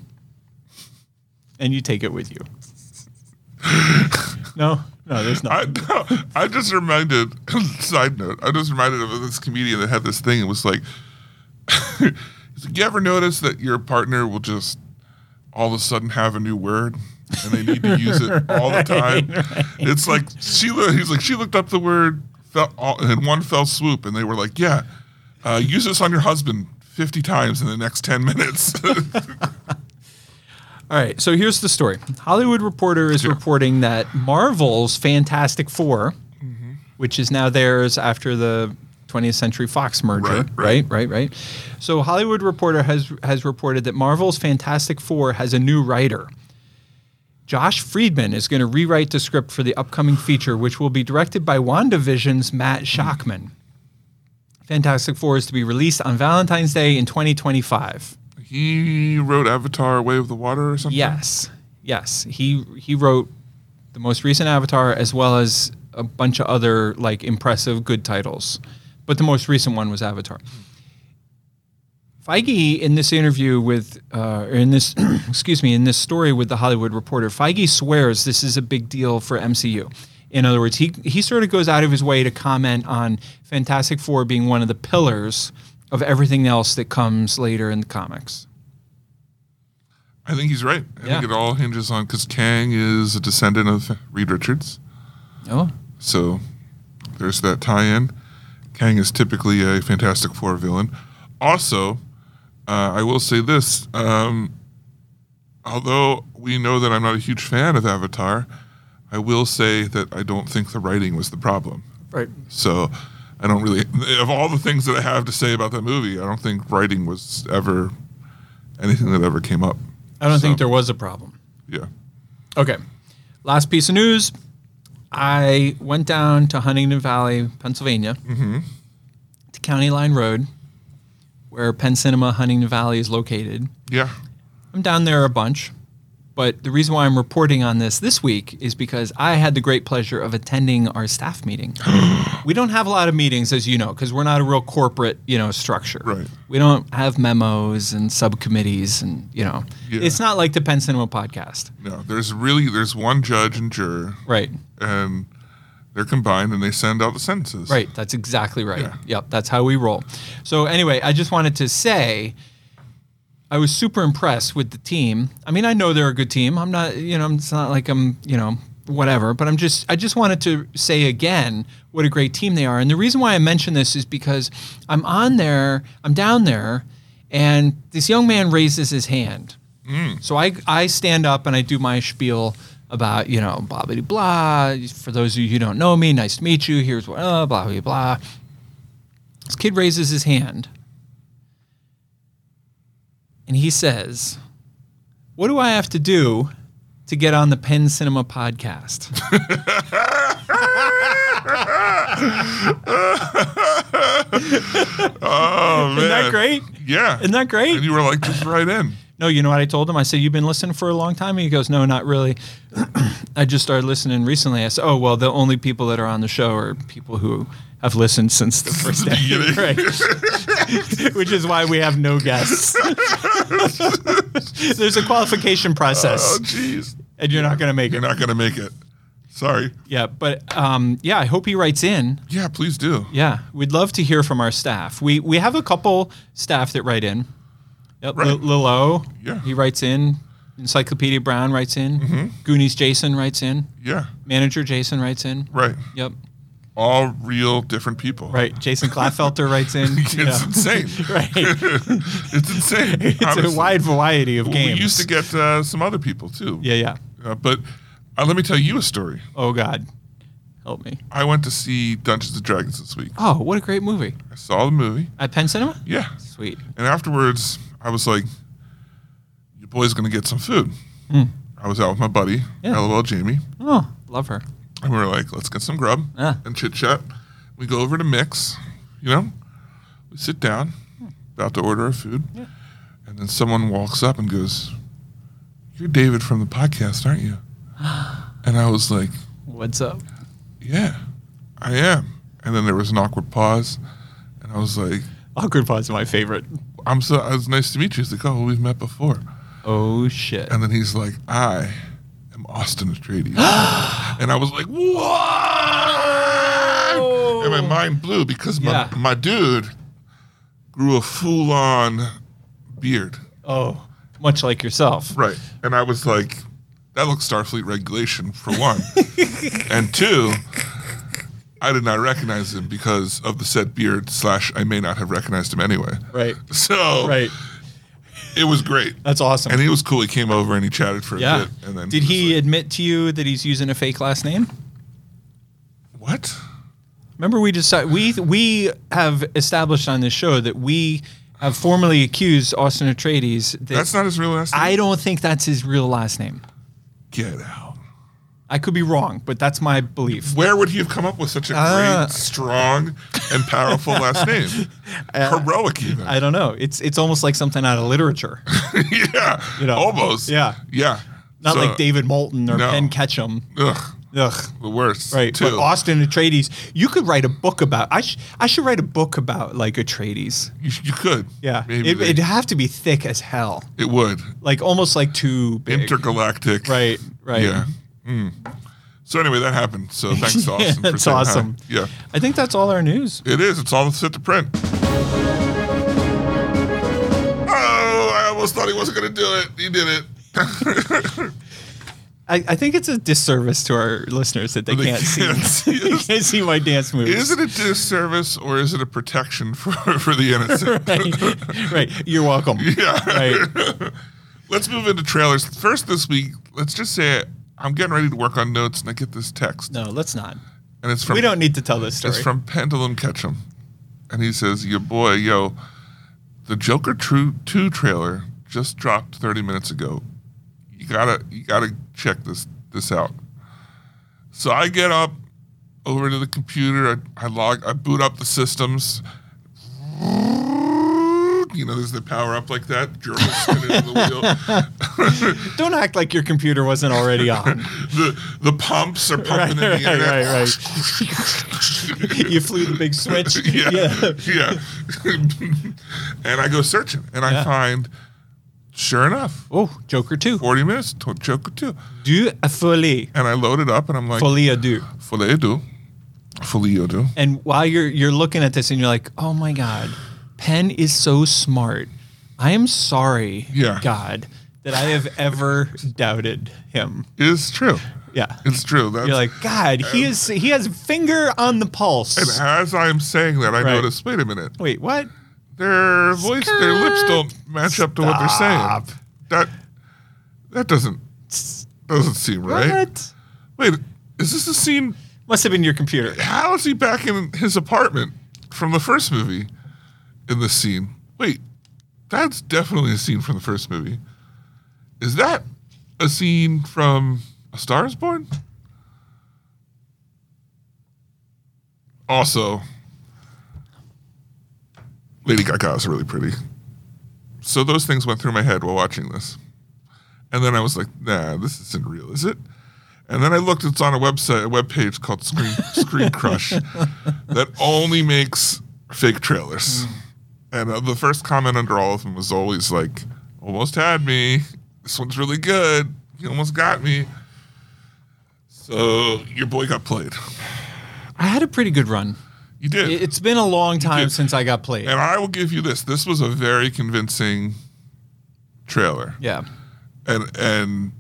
C: and you take it with you. no, no, there's not.
B: I, I just reminded, side note, I just reminded of this comedian that had this thing. It was like, he's like, you ever notice that your partner will just all of a sudden have a new word and they need to use it all the time? It's like, she, lo- he's like, she looked up the word fell, all, in one fell swoop and they were like, yeah, uh, use this on your husband 50 times in the next 10 minutes.
C: All right, so here's the story. Hollywood Reporter is reporting that Marvel's Fantastic 4
B: Mm-hmm.
C: which is now theirs after the 20th Century Fox merger,
B: Right, right.
C: right, right, right. So Hollywood Reporter has has reported that Marvel's Fantastic Four has a new writer. Josh Friedman is going to rewrite the script for the upcoming feature, which will be directed by WandaVision's Matt
B: Mm.
C: Shockman. Fantastic Four is to be released on Valentine's Day in 2025.
B: he wrote Avatar, Way of the Water or something?
C: Yes, yes. He he wrote the most recent Avatar as well as a bunch of other like impressive good titles, but the most recent one was Avatar. Feige in this interview with, uh, or in this, excuse me, in this story with the Hollywood Reporter, Feige swears this is a big deal for MCU. In other words, he he sort of goes out of his way to comment on Fantastic Four being one of the pillars of everything else that comes later in the comics.
B: I think he's right. I
C: Yeah.
B: think it all hinges on because Kang is a descendant of Reed Richards,
C: Oh,
B: so there's that tie-in. Kang is typically a Fantastic Four villain. Also, uh, I will say this: um, although we know that I'm not a huge fan of Avatar, I will say that I don't think the writing was the problem.
C: right.
B: So I don't really, of all the things that I have to say about that movie, I don't think writing was ever anything that ever came up.
C: I don't think
B: So-
C: there was a problem.
B: Yeah.
C: Okay. Last piece of news. I went down to Huntington Valley, Pennsylvania, to County Line Road, where Penn Cinema Huntington Valley is located.
B: Yeah.
C: I'm down there a bunch, but the reason why I'm reporting on this this week is because I had the great pleasure of attending our staff meeting. we don't have a lot of meetings, as you know, because we're not a real corporate, you know, structure.
B: Right.
C: We don't have memos and subcommittees, and you know,
B: Yeah.
C: it's not like the Penn Cinema podcast,
B: No, there's really there's one judge and juror,
C: right?
B: and they're combined and they send out the sentences.
C: Right. That's exactly right.
B: Yeah.
C: Yep. That's how we roll. So anyway, I just wanted to say I was super impressed with the team. I mean, I know they're a good team. I'm not, you know, I'm- it's not like I'm, you know, whatever, but I'm just I just wanted to say again what a great team they are. And the reason why I mention this is because I'm on there, I'm down there, and this young man raises his hand. So I, I stand up and I do my spiel about, you know, blah, blah, blah. For those of you who don't know me, nice to meet you. Here's what, uh, blah, blah, blah. This kid raises his hand and he says, What do I have to do to get on the Penn Cinema podcast?
B: Oh man,
C: Isn't that great?
B: Yeah.
C: Isn't that great?
B: Oh, And you were like just right in.
C: no, you know what I told him? I said, You've been listening for a long time? And he goes, No, not really. I just started listening recently. I said, Oh, well, the only people that are on the show are people who have listened since the first
B: the
C: day.
B: beginning.
C: Right. Which is why we have no guests. There's a qualification process,
B: Oh, jeez.
C: and you're not going to make
B: You're
C: it.
B: not going to make it. Sorry.
C: Yeah, but um, yeah, I hope he writes in.
B: Yeah, please do.
C: Yeah, we'd love to hear from our staff. We we have a couple staff that write in. Yep,
B: Right.
C: L- Lilo,
B: Yeah. Mm-hmm.
C: he writes in. Encyclopedia Brown writes in. Goonies Jason writes in.
B: Yeah,
C: Manager Jason writes in.
B: right.
C: Yep.
B: All real different people.
C: Right. Jason Klafelter writes in.
B: It's
C: Yeah.
B: insane.
C: Right.
B: It's insane.
C: It's a wide variety of games.
B: We used to get uh, some other people too.
C: yeah, yeah.
B: Uh, but uh, let me tell you a story.
C: Oh God, help me.
B: I went to see Dungeons and Dragons this week.
C: Oh, what a great movie
B: I saw the movie.
C: at Penn Cinema.
B: Yeah.
C: Sweet.
B: And afterwards, I was like, your boy's going to get some food. I was out with my buddy,
C: Yeah.
B: LOL Jamie,
C: Oh, love her.
B: and we were like, let's get some grub
C: Ah.
B: and chit chat. We go over to Mix, you know, we sit down, about to order our food, and then someone walks up and goes, You're David from the podcast, aren't you? And I was like,
C: What's up?
B: Yeah, I am. And then there was an awkward pause, and I was like,
C: Awkward pause. My favorite.
B: I'm so, it was nice to meet you. He's like, Oh, we've met before.
C: Oh shit.
B: And then he's like, I am Austin Atreides. and I was like, what? And my mind blew because my,
C: Oh. Yeah.
B: my dude grew a full on beard.
C: Oh, much like yourself.
B: Right. And I was like, that looks Starfleet regulation for one. and two, I did not recognize him because of the said beard, slash, I may not have recognized him anyway.
C: Right.
B: So
C: Right.
B: it was great.
C: That's awesome.
B: And he was cool. He came over and he chatted for a
C: yeah.
B: bit. And then
C: Did
B: was
C: he
B: like,
C: admit to you that he's using a fake last name?
B: What?
C: Remember, we decided we we have established on this show that we have formally accused Austin Atreides that
B: That's not his real last name.
C: I don't think that's his real last name.
B: get out.
C: I could be wrong, but that's my belief.
B: Where would he have come up with such a
C: Ah.
B: great, strong, and powerful last name? Heroic, even.
C: Uh, I don't know. It's it's almost like something out of literature,
B: yeah,
C: know,
B: almost.
C: yeah.
B: yeah.
C: not
B: So,
C: like David Moulton or
B: No.
C: Penn Ketchum.
B: Ugh,
C: Ugh.
B: the worst.
C: Right,
B: Too.
C: but Austin Atreides, you could write a book about. I sh- I should write a book about like Atreides.
B: you, you could.
C: Yeah,
B: Maybe
C: it,
B: they-
C: it'd have to be thick as hell,
B: it would.
C: like almost like too big.
B: Intergalactic.
C: right, right.
B: Yeah. Mm. So anyway, that happened. So thanks to Austin. for
C: that's
B: saying hi.
C: awesome.
B: Yeah.
C: I think that's all our news.
B: It is. It's all that's fit to print. Oh, I almost thought he wasn't going to do it. He did it.
C: I, I think it's a disservice to our listeners that they,
B: They
C: can't,
B: can't
C: see.
B: see
C: they
B: us.
C: can't see my dance moves.
B: is it a disservice or is it a protection for, for the innocent?
C: right. right. You're welcome.
B: Yeah.
C: Right.
B: Let's move into trailers. First, this week, let's just say I'm getting ready to work on notes and I get this text.
C: No, let's not.
B: And it's from
C: We don't need to tell this story.
B: It's from Pendulum Ketchum. And he says, Your boy, yo, the Joker True 2 trailer just dropped 30 minutes ago. You gotta you gotta check this this out. So I get up over to the computer, I, I log I boot up the systems. You know, there's the power up like that, gerbil spinning in the wheel.
C: Don't act like your computer wasn't already on.
B: The the pumps are
C: right,
B: pumping in the
C: right,
B: internet.
C: right, right. you flew the big switch.
B: yeah, yeah. and I go searching, and I
C: Yeah.
B: find, sure enough,
C: Oh, Joker 2.
B: forty minutes to Joker two,
C: Do a folie.
B: and I load it up, and I'm like,
C: Folie à deux.
B: fully do, fully do.
C: And while you're you're looking at this and you're like, oh my God, Penn is so smart. I am sorry,
B: Yeah.
C: God, that I have ever doubted him.
B: It's true.
C: Yeah.
B: It's true. That's,
C: You're like, God, he is he has finger on the
B: and
C: pulse.
B: as I'm saying that, I
C: Right.
B: notice. Wait a minute,
C: Wait, what?
B: their voice, their lips don't match up to what they're saying.
C: Stop.
B: That that doesn't doesn't seem right.
C: What?
B: Wait, is this a scene?
C: Must have been your computer.
B: how is he back in his apartment from the first movie in this scene? Wait, that's definitely a scene from the first movie. Is that a scene from A Star is Born? Also, Lady Gaga is really pretty. So those things went through my head while watching this. And then I was like, nah, this isn't real, is it? And then I looked, it's on a website, a webpage called Screen, Screen Crush that only makes fake trailers.
C: Hmm.
B: And uh, the first comment under all of them was always like, almost had me. This one's really good. You almost got me. So your boy got played.
C: I had a pretty good run.
B: You did.
C: It- It's been a long time
B: did.
C: since I got played.
B: and I will give you this. This was a very convincing trailer.
C: Yeah.
B: and and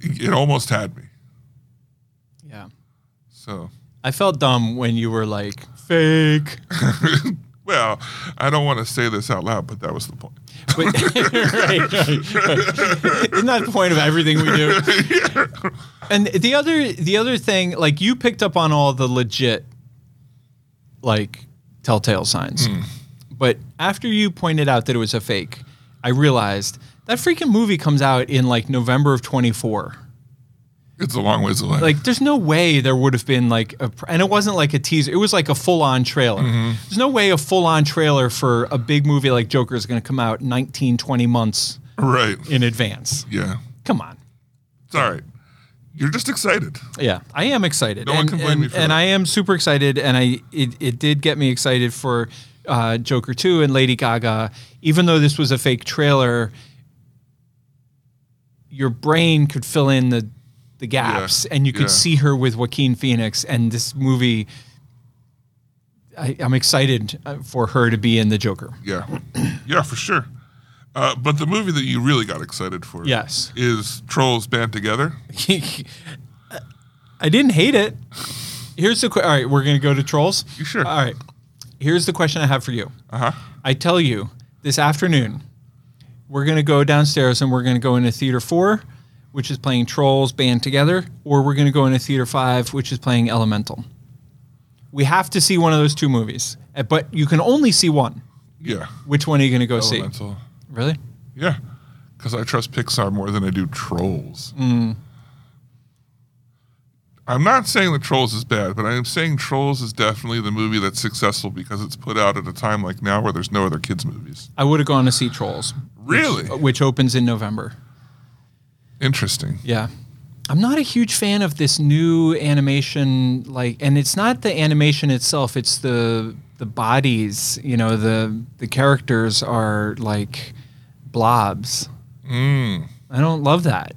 B: it almost had me.
C: Yeah.
B: So,
C: I felt dumb when you were like, fake.
B: well, I don't want to say this out loud, but that was the point.
C: But, right, right, right. Isn't that the point of everything we do? And the other the other thing, like you picked up on all the legit like telltale signs. But after you pointed out that it was a fake, I realized that freaking movie comes out in like November of 24.
B: It's a long ways away.
C: Like there's no way there would have been like a pr- and it wasn't like a teaser. It was like a full-on trailer. There's no way a full-on trailer for a big movie like Joker is going to come out 19 20 months
B: right?
C: in advance.
B: Yeah,
C: Come on.
B: it's all right. You're just excited.
C: Yeah, I am excited.
B: No one
C: and,
B: can blame
C: and-
B: me for
C: and
B: that.
C: I am super excited, and I it, it did get me excited for uh, Joker two and Lady Gaga. Even though this was a fake trailer, your brain could fill in the the gaps,
B: Yeah,
C: and you could
B: yeah.
C: see her with Joaquin Phoenix. And this movie, I, I'm excited uh, for her to be in the Joker.
B: Yeah, yeah, for sure. Uh, but the movie that you really got excited for,
C: Yes.
B: is Trolls Band Together.
C: I didn't hate it. Here's the qu- all right. We're gonna go to trolls.
B: You sure? Uh-huh.
C: All right. Here's the question I have for you. Uh huh. I tell you this afternoon, we're gonna go downstairs and we're gonna go into theater four, which is playing Trolls Band Together, or we're gonna go into theater five, which is playing Elemental. We have to see one of those two movies, Uh, but you can only see one.
B: Yeah,
C: Which one are you gonna go see?
B: Oh, Elemental.
C: Really?
B: Yeah, because I trust Pixar more than I do Trolls.
C: Mm.
B: I'm not saying that Trolls is bad, but I am saying Trolls is definitely the movie that's successful because it's put out at a time like now where there's no other kids' movies.
C: I would have gone to see Trolls,
B: Really?
C: which opens in November.
B: Interesting.
C: Yeah. I'm not a huge fan of this new animation like and it's not the animation itself, it's the the bodies, you know, the the characters are like blobs.
B: Mm.
C: I don't love that.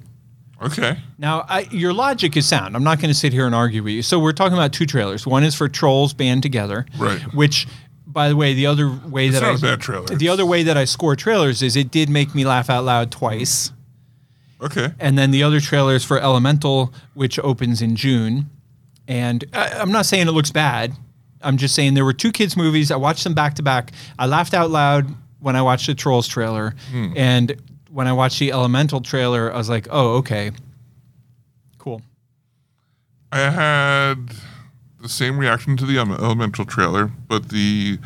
B: Okay.
C: Now, I, your logic is sound. I'm not going to sit here and argue with you. So we're talking about two trailers. One is for Trolls Band Together,
B: Right.
C: Which, by the way, the other way that
B: not
C: I
B: a bad trailer.
C: the other way that I score trailers is it did make me laugh out loud twice
B: Okay.
C: and then the other trailer is for Elemental, which opens in June. And I, I'm not saying it looks bad. I'm just saying there were two kids' movies. I watched them back to back. I laughed out loud when I watched the Trolls trailer,
B: Hmm.
C: and when I watched the Elemental trailer, I was like, "Oh, okay, cool."
B: I had the same reaction to the Ele- Elemental trailer, but the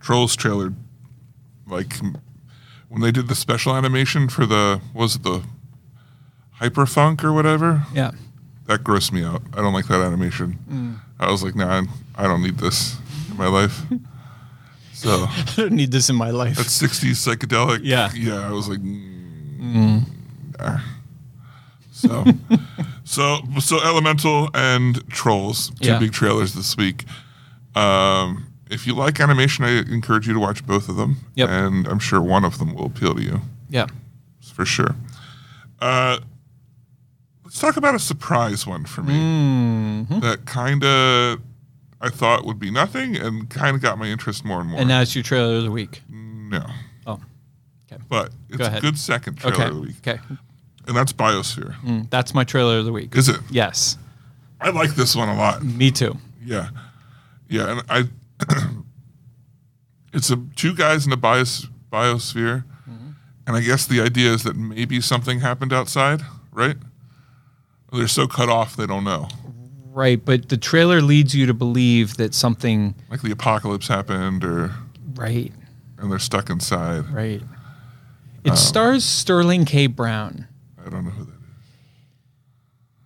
B: Trolls trailer, like when they did the special animation for the what was it the Hyperfunk or whatever,
C: Yeah,
B: that grossed me out. I don't like that animation. I was like, nah, I don't need this in my life. so
C: I don't need this in my life.
B: that 60s psychedelic.
C: Yeah.
B: Yeah. I was like, mm, nah. so, so, so Elemental and Trolls, two
C: Yeah.
B: big trailers this week. Um, if you like animation, I encourage you to watch both of them.
C: Yep.
B: And I'm sure one of them will appeal to you
C: yeah,
B: for sure. Uh, let's talk about a surprise one for me
C: Mm-hmm.
B: that kind of I thought would be nothing and kind of got my interest more and more.
C: and now it's your trailer of the week.
B: no,
C: Oh,
B: but it's
C: Go
B: a
C: ahead.
B: good second trailer
C: okay, Mm.
B: of the week,
C: okay,
B: and that's Biosphere.
C: that's my trailer of the week.
B: Is it?
C: Yes,
B: I like this one a lot.
C: me too.
B: Yeah, yeah, and I. it's a two guys in a bios, biosphere,
C: Mm-hmm.
B: and I guess the idea is that maybe something happened outside, right? They're so cut off they don't know.
C: Right, but the trailer leads you to believe that something.
B: like the apocalypse happened or
C: Right.
B: and they're stuck inside.
C: Right. It stars Sterling K. Brown.
B: I don't know who that is.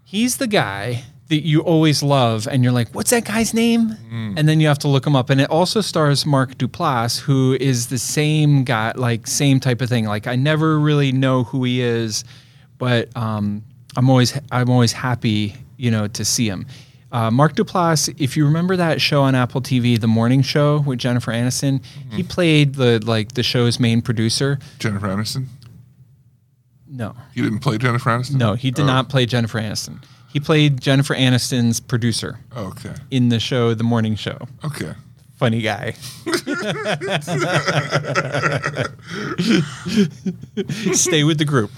C: He's the guy that you always love, and you're like, "What's that guy's name?" And then you have to look him up. And it also stars Mark Duplass, who is the same guy, like same type of thing. Like I never really know who he is, but um, I'm always I'm always happy, you know, to see him. Uh, Mark Duplass, if you remember that show on Apple TV, The Morning Show with Jennifer Aniston, he played the like the show's main producer.
B: Jennifer Aniston.
C: No,
B: He didn't play Jennifer Aniston.
C: no, he did
B: Oh,
C: not play Jennifer Aniston. He played Jennifer Aniston's producer
B: Okay.
C: in the show The Morning Show.
B: Okay.
C: Funny guy. Stay with the group.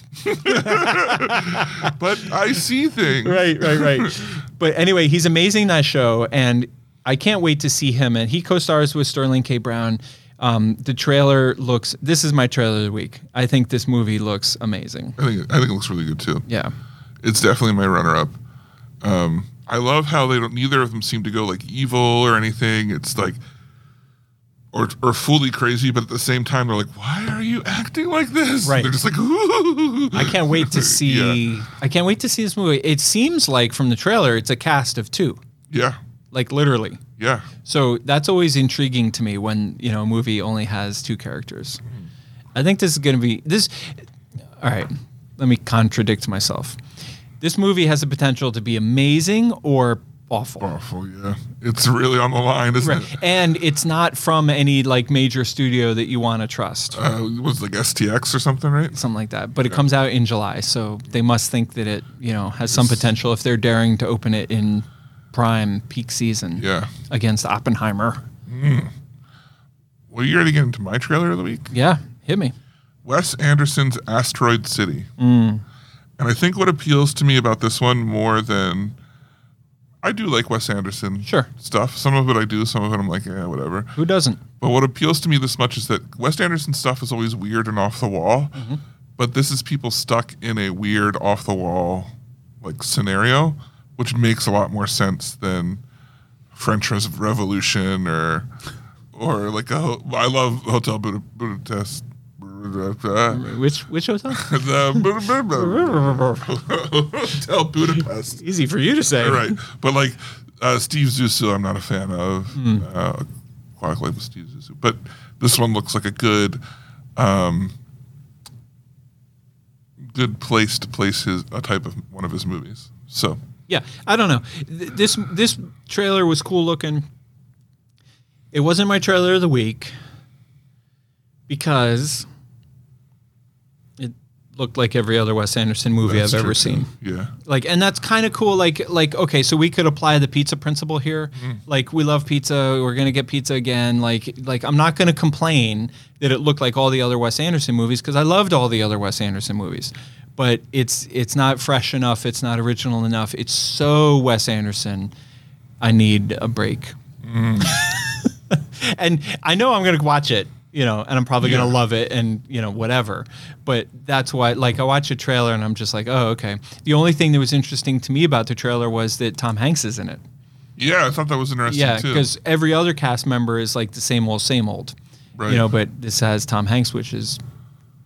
B: But I see things.
C: Right, right, right. but anyway, he's amazing in that show, and I can't wait to see him. And he co-stars with Sterling K. Brown. Um, the trailer looks. This is my trailer of the week. I think this movie looks amazing.
B: I think I think it looks really good too.
C: Yeah.
B: It's definitely my runner-up. Um, I love how they don't. Neither of them seem to go like evil or anything. It's like. Or, or fully crazy, but at the same time, they're like, "Why are you acting like this?"
C: Right.
B: They're just like, "Ooh."
C: I can't wait to
B: Yeah.
C: see. I can't wait to see this movie. It seems like from the trailer, it's a cast of two,
B: Yeah,
C: like literally.
B: yeah.
C: So that's always intriguing to me when you know a movie only has two characters. I think this is going to be this. All right, let me contradict myself. This movie has the potential to be amazing or awful.
B: Awful, Oh, yeah. It's really on the line, isn't
C: Right.
B: it?
C: And it's not from any like major studio that you want to trust,
B: Uh, it was like STX or something, right?
C: something like that. But it comes out in July, so they must think that it you know has some potential if they're daring to open it in prime peak season
B: Yeah.
C: against Oppenheimer.
B: Well, you ready to get into my trailer of the week?
C: Yeah, hit me.
B: Wes Anderson's Asteroid City. And I think what appeals to me about this one more than I do like Wes Anderson
C: Sure.
B: stuff. Some of it I do, some of it I'm like, yeah, whatever.
C: Who doesn't?
B: But what appeals to me this much is that Wes Anderson stuff is always weird and off the wall. But this is people stuck in a weird off the wall like scenario, which makes a lot more sense than French Res- Revolution or or like a ho- I love Hotel Buda- Budapest. The
C: Which which hotel?
B: Hotel Budapest.
C: Easy for you to say.
B: Right. But like uh, Steve Zissou, I'm not a fan of.
C: Hmm.
B: Uh, Aquatic Life with Steve Zissou. But this one looks like a good, um, good place to place his a type of one of his movies. So
C: Yeah, I don't know. Th- This this trailer was cool looking. It wasn't my trailer of the week because it looked like every other Wes Anderson movie
B: that's
C: I've ever
B: true,
C: seen.
B: too. Yeah.
C: Like, and that's kind of cool. Like, like okay, so we could apply the pizza principle here. Like, we love pizza. We're gonna get pizza again. Like, like I'm not gonna complain that it looked like all the other Wes Anderson movies because I loved all the other Wes Anderson movies. But it's it's not fresh enough. It's not original enough. It's so Wes Anderson. I need a break.
B: Mm.
C: and I know I'm gonna watch it, you know, and I'm probably gonna love it, and you know, whatever. But that's why, like, I watch a trailer and I'm just like, oh, okay. The only thing that was interesting to me about the trailer was that Tom Hanks is in it.
B: Yeah, I thought that was interesting
C: Yeah,
B: too.
C: because every other cast member is like the same old, same old.
B: Right.
C: You know, but this has Tom Hanks, which is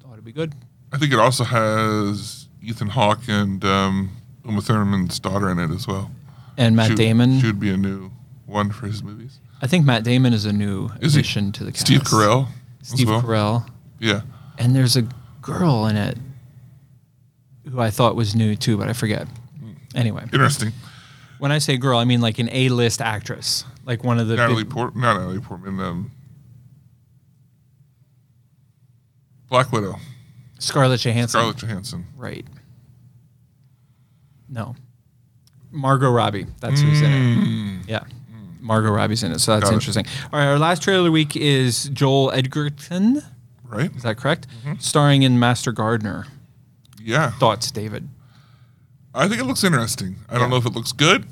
C: ought to be good.
B: I think it also has Ethan Hawke and um, Uma Thurman's daughter in it as well.
C: And Matt
B: She-
C: Damon.
B: She would be a new one for his movies.
C: I think Matt Damon is a new
B: Is he?
C: addition to the cast.
B: Steve Carell. as
C: Steve
B: well.
C: Carell.
B: Yeah.
C: And there's a girl in it who I thought was new too, but I forget. Anyway.
B: Interesting.
C: When I say girl, I mean like an A-list actress, like one of the
B: Natalie
C: big-
B: Portman, not Natalie Portman, um, Black Widow,
C: Scarlett Johansson.
B: Scarlett Johansson.
C: Right. No. Margot Robbie. That's who's in it. Yeah. Margot Robbie's in it, so that's
B: Mm. Got it.
C: interesting. All right, our last trailer of the week is Joel Edgerton. Is
B: Right?
C: that correct?
B: Mm-hmm.
C: Starring in Master Gardener.
B: Yeah.
C: Thoughts, David?
B: I think it looks interesting. I don't know if it looks good.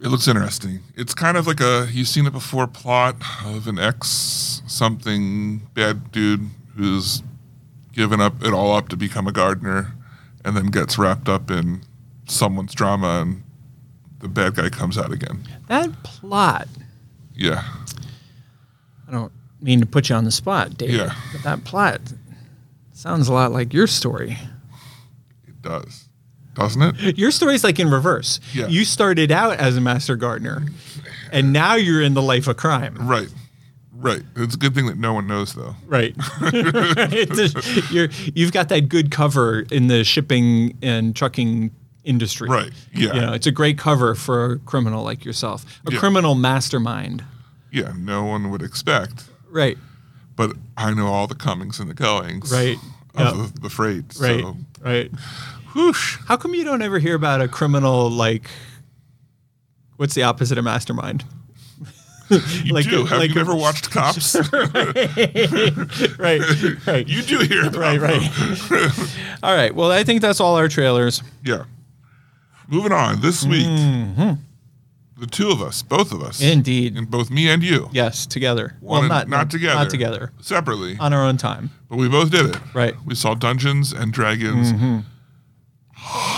B: It looks interesting. It's kind of like a you've seen it before plot of an ex something bad dude who's given up it all up to become a gardener and then gets wrapped up in someone's drama and the bad guy comes out again.
C: That plot.
B: Yeah.
C: I don't mean to put you on the spot, David.
B: Yeah.
C: But that plot sounds a lot like your story.
B: It does. doesn't it?
C: Your story's like in reverse.
B: Yeah.
C: You started out as a master gardener, and now you're in the life of crime.
B: Right. Right. It's a good thing that no one knows, though.
C: Right. It's just- you're, you've got that good cover in the shipping and trucking industry.
B: Right. Yeah.
C: You know, it's a great cover for a criminal like yourself, a
B: Yeah.
C: criminal mastermind.
B: Yeah, no one would expect.
C: Right.
B: But I know all the comings and the goings
C: Right.
B: of
C: Yeah.
B: the, the freight.
C: Right.
B: So,
C: Right.
B: whoosh.
C: How come you don't ever hear about a criminal like? What's the opposite of mastermind?
B: You
C: Like
B: do.
C: a-
B: Have
C: like
B: you
C: a-
B: ever watched Cops?
C: Right. Right.
B: you do hear about
C: right.
B: them.
C: Right. all right. Well, I think that's all our trailers.
B: Yeah. Moving on. This week,
C: Mm-hmm.
B: the two of us, both of us,
C: Indeed.
B: and both me and you,
C: Yes, together.
B: wanted-
C: well, not
B: not together,
C: Not together.
B: separately,
C: On our own time.
B: but we both did it.
C: Right. Mm-hmm.
B: We saw Dungeons and Dragons.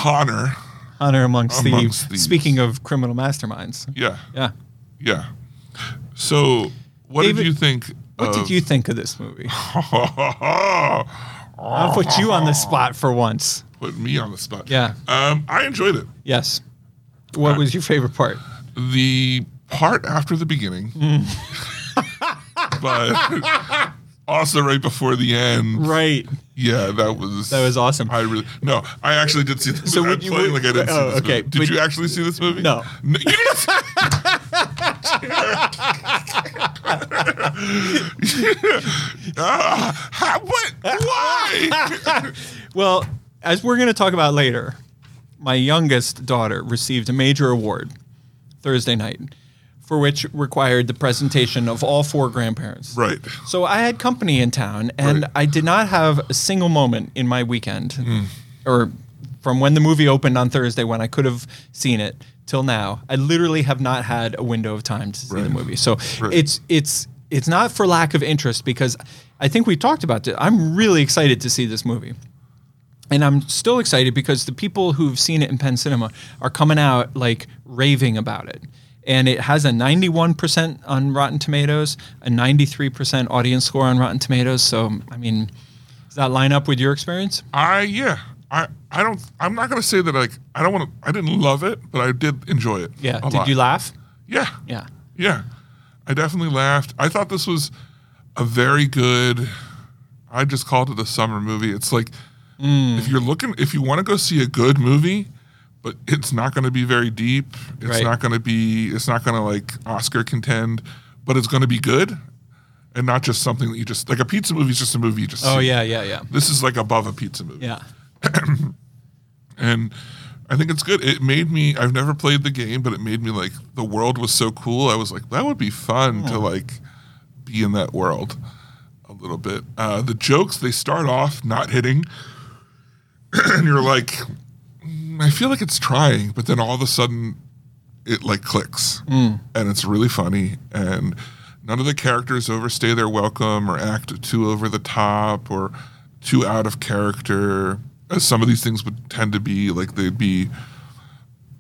B: Honor.
C: Honor amongst,
B: Amongst
C: thieves.
B: thieves.
C: Speaking of criminal masterminds.
B: Yeah.
C: Yeah.
B: Yeah. So, what
C: David,
B: did you think?
C: What
B: of,
C: did you think of this movie?
B: you?
C: I'll put you on the spot for once.
B: Put me on the spot.
C: Yeah.
B: Um, I enjoyed it.
C: Yes. What was your favorite part?
B: the part after the beginning,
C: Mm.
B: but also right before the end.
C: Right.
B: Yeah, that was
C: That was awesome.
B: I really no, I actually did see this.
C: So
B: So
C: would
B: movie.
C: you-
B: I'm playing
C: would-
B: like I didn't
C: oh,
B: see this
C: okay,
B: movie. Did
C: but-
B: you actually see this movie?
C: No.
B: you didn't see- Ah, how- what? Why?
C: Well, as we're going to talk about later, my youngest daughter received a major award Thursday night, for which required the presentation of all four grandparents.
B: right.
C: So I had company in town, and
B: Right. Hmm.
C: I did not have a single moment in my weekend, or from when the movie opened on Thursday when I could have seen it till now. I literally have not had a window of time to see the
B: Right.
C: movie. So
B: Right.
C: it's it's it's not for lack of interest because I think we talked about it. I'm really excited to see this movie. And I'm still excited because the people who've seen it in Penn Cinema are coming out like raving about it. And it has a 91% on Rotten Tomatoes, a 93% audience score on Rotten Tomatoes. So, I mean, does that line up with your experience?
B: I yeah. I, I don't I'm not gonna say that like I don't want to I didn't love it, but I did enjoy it.
C: Yeah.
B: a
C: Did
B: lot.
C: you laugh?
B: Yeah.
C: Yeah.
B: Yeah. I definitely laughed. I thought this was a very good I just called it a summer movie. It's like
C: Mm.
B: if you're looking if you want to go see a good movie, but it's not going to be very deep. It's
C: Right.
B: not going to be it's not going to like Oscar contend, but it's going to be good and not just something that you just like a pizza movie is just a movie you just
C: Oh,
B: see.
C: yeah, yeah, yeah.
B: This is like above a pizza movie
C: Yeah.
B: and I think it's good. It made me. I've never played the game, but it made me like the world was so cool. I was like, that would be fun to like be in that world a little bit. Uh, the jokes they start off not hitting, and you're like, "Mm, I feel like it's trying, but then all of a sudden it like clicks,
C: Hmm.
B: and it's really funny and. None of the characters overstay their welcome or act too over the top or too out of character, as some of these things would tend to be. Like they'd be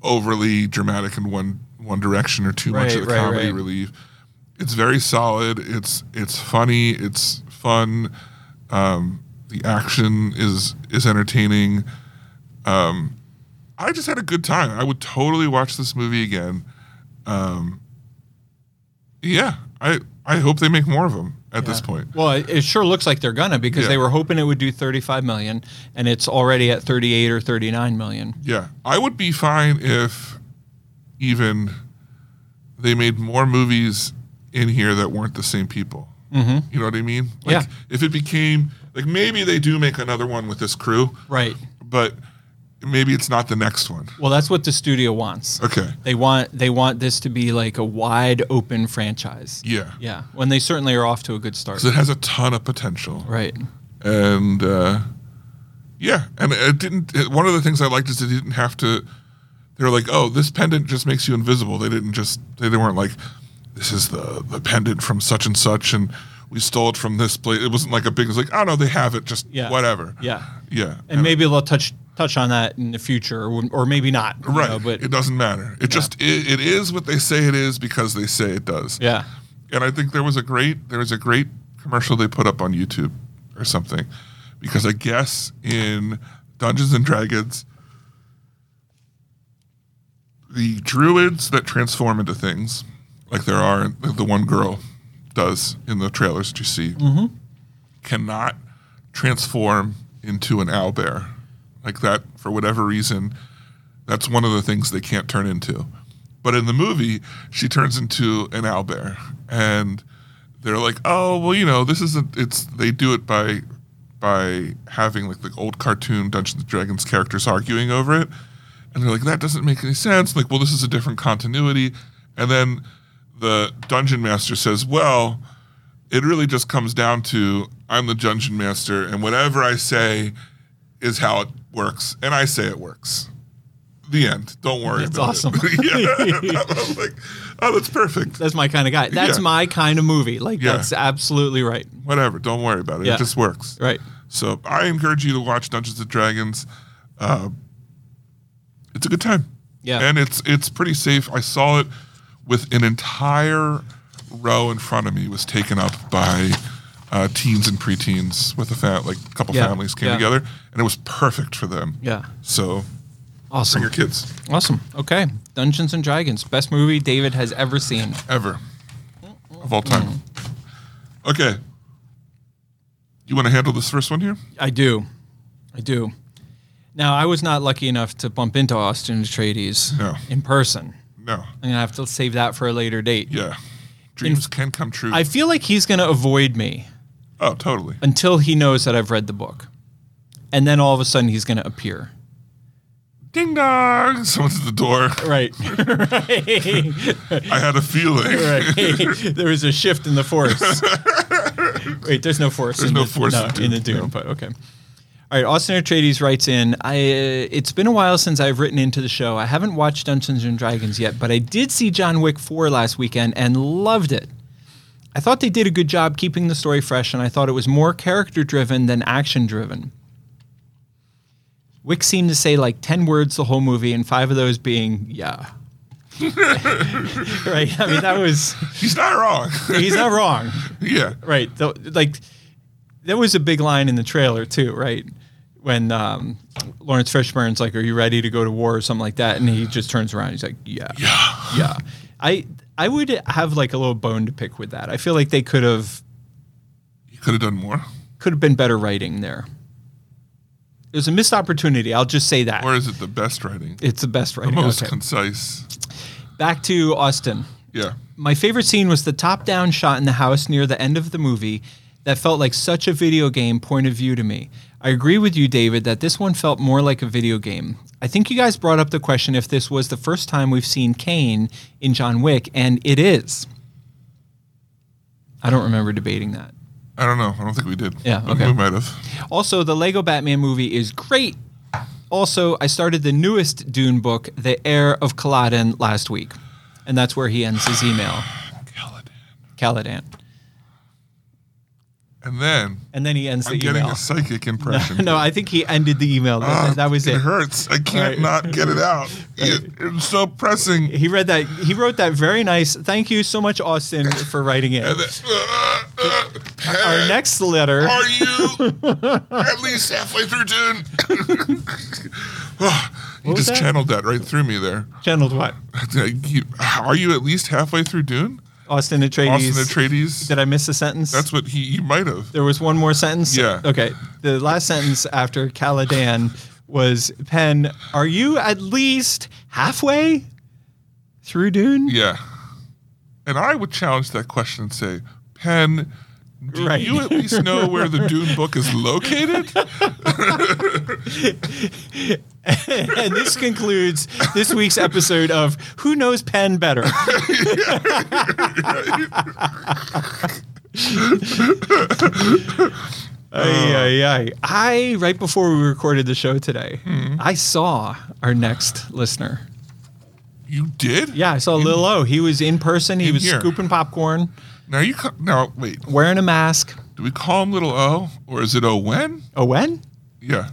B: overly dramatic in one one direction or too much
C: Right,
B: of the
C: right,
B: comedy
C: right.
B: relief. It's very solid. It's it's funny. It's fun. Um, the action is is entertaining. Um, I just had a good time. I would totally watch this movie again. Um, yeah, I I hope they make more of them at this point.
C: Well, it, it sure looks like they're gonna because
B: Yeah.
C: they were hoping it would do 35 million, and it's already at 38 or 39 million.
B: Yeah, I would be fine if even they made more movies in here that weren't the same people. Mm-hmm. You know what I mean? Like,
C: Yeah.
B: If it became like maybe they do make another one with this crew,
C: Right.
B: but maybe it's not the next one.
C: Well, that's what the studio wants.
B: Okay.
C: They want they want this to be like a wide open franchise.
B: Yeah.
C: Yeah. When they certainly are off to a good start.
B: So it has a ton of potential.
C: right.
B: and uh, yeah, and it didn't. It, one of the things I liked is it didn't have to. They were like, "Oh, this pendant just makes you invisible." They didn't just. They, they weren't like, "This is the the pendant from such and such, and we stole it from this place." It wasn't like a big. It was like, "Oh no, they have it. Just
C: Yeah.
B: whatever."
C: Yeah.
B: yeah,
C: And maybe they'll touch touch on that in the future, or, or maybe not. you
B: right.
C: know, but
B: it doesn't matter. It just it, it is what they say it is because they say it does.
C: yeah,
B: and I think there was a great there was a great commercial they put up on YouTube or something because I guess in Dungeons and Dragons the druids that transform into things, like there are like the one girl does in the trailers that you see, cannot transform into an owlbear. Like that, for whatever reason, that's one of the things they can't turn into. But in the movie, she turns into an owlbear. And they're like, oh, well, you know, this isn't, it's, they do it by, by having like the old cartoon Dungeons and Dragons characters arguing over it. And they're like, that doesn't make any sense. Like, well, this is a different continuity. And then the dungeon master says, well, it really just comes down to I'm the dungeon master, and whatever I say is how it works. And I say it works. The end. Don't worry
C: That's
B: about
C: awesome.
B: it. yeah. I was like, oh, that's perfect.
C: That's my kind of guy. That's
B: Yeah.
C: my kind of movie. Like
B: Yeah.
C: that's absolutely right.
B: Whatever. Don't worry about it.
C: Yeah.
B: It just works.
C: Right.
B: So I encourage you to watch Dungeons and Dragons. Uh, it's a good time.
C: Yeah.
B: And it's it's pretty safe. I saw it with an entire row in front of me was taken up by uh, teens and preteens with a fat like a couple
C: Yeah.
B: families came
C: Yeah.
B: together and it was perfect for them.
C: Yeah.
B: So bring
C: Awesome.
B: your kids
C: Awesome. Okay. Dungeons and Dragons, best movie David has ever seen.
B: ever of all time. Okay. You want to handle this first one here?
C: I do. I do. Now, I was not lucky enough to bump into Austin Atreides
B: No.
C: in person.
B: No.
C: I'm going to have to save that for a later date.
B: Yeah. Dreams can come true.
C: I feel like he's going to avoid me
B: oh, totally.
C: until he knows that I've read the book. And then all of a sudden he's going to appear.
B: Ding dong! Someone's at the door.
C: Right. right.
B: I had a feeling.
C: there was a shift in the force. Wait, there's no force. There's in
B: no
C: the,
B: force in
C: in the
B: Dune,
C: Dune,
B: no.
C: but okay. All right, Austin Atreides writes in. I uh, it's been a while since I've written into the show. I haven't watched Dungeons and Dragons yet, but I did see John Wick four last weekend and loved it. I thought they did a good job keeping the story fresh, and I thought it was more character driven than action driven. Wick seemed to say like ten words the whole movie, and five of those being yeah. right. I mean, that was
B: He's not wrong.
C: he's not wrong.
B: yeah.
C: Right. Though like that was a big line in the trailer too, right? When um, Lawrence Fishburne's like, "Are you ready to go to war?" or something like that, and he just turns around. And he's like, "Yeah,
B: Yeah.
C: yeah." I I would have like a little bone to pick with that. I feel like they could have
B: You could have done more.
C: could have been better writing there. It was a missed opportunity. I'll just say that.
B: Or is it the best writing?
C: it's the best
B: The
C: writing.
B: most
C: Okay.
B: concise.
C: Back to Austin.
B: Yeah.
C: My favorite scene was the top down shot in the house near the end of the movie that felt like such a video game point of view to me. I agree with you, David, that this one felt more like a video game. I think you guys brought up the question if this was the first time we've seen Kane in John Wick, and it is. I don't remember debating that.
B: I don't know. I don't think we did.
C: Yeah,
B: But
C: okay.
B: We might have.
C: Also, the Lego Batman movie is great. Also, I started the newest Dune book, The Heir of Caladan, last week, and that's where he ends his email. Caladan.
B: And then
C: And then he ends the
B: I'm getting
C: email.
B: a psychic impression.
C: No, I think he ended the email. That,
B: Ah,
C: that was it.
B: It hurts. I can't
C: Right.
B: not get it out. It, it's so pressing.
C: He read that. He wrote that very nice. Thank you so much, Austin, for writing it.
B: And then, uh, uh,
C: Our next letter.
B: Are you at least halfway through June? you
C: was
B: just
C: that?
B: channeled that right through me there.
C: Channeled what?
B: You- Are you at least halfway through Dune?
C: Austin Atreides.
B: Austin Atreides.
C: Did I miss a sentence?
B: That's what he. You might have.
C: there was one more sentence.
B: Yeah.
C: Okay. The last sentence after Caladan was Penn. Are you at least halfway through Dune?
B: Yeah. And I would challenge that question and say, Penn, do
C: Right.
B: you at least know where the Dune book is located?
C: and this concludes this week's episode of Who Knows Penn Better.
B: Oh.
C: Ay, ay, ay. I, right before we recorded the show today,
B: Hmm.
C: I saw our next listener.
B: you did?
C: Yeah, I saw Lil O. He was in person. He
B: In
C: was
B: here.
C: scooping popcorn,
B: Now you ca- now wait.
C: wearing a mask.
B: Do we call him Little O or is it Owen?
C: Oh, when?
B: Yeah.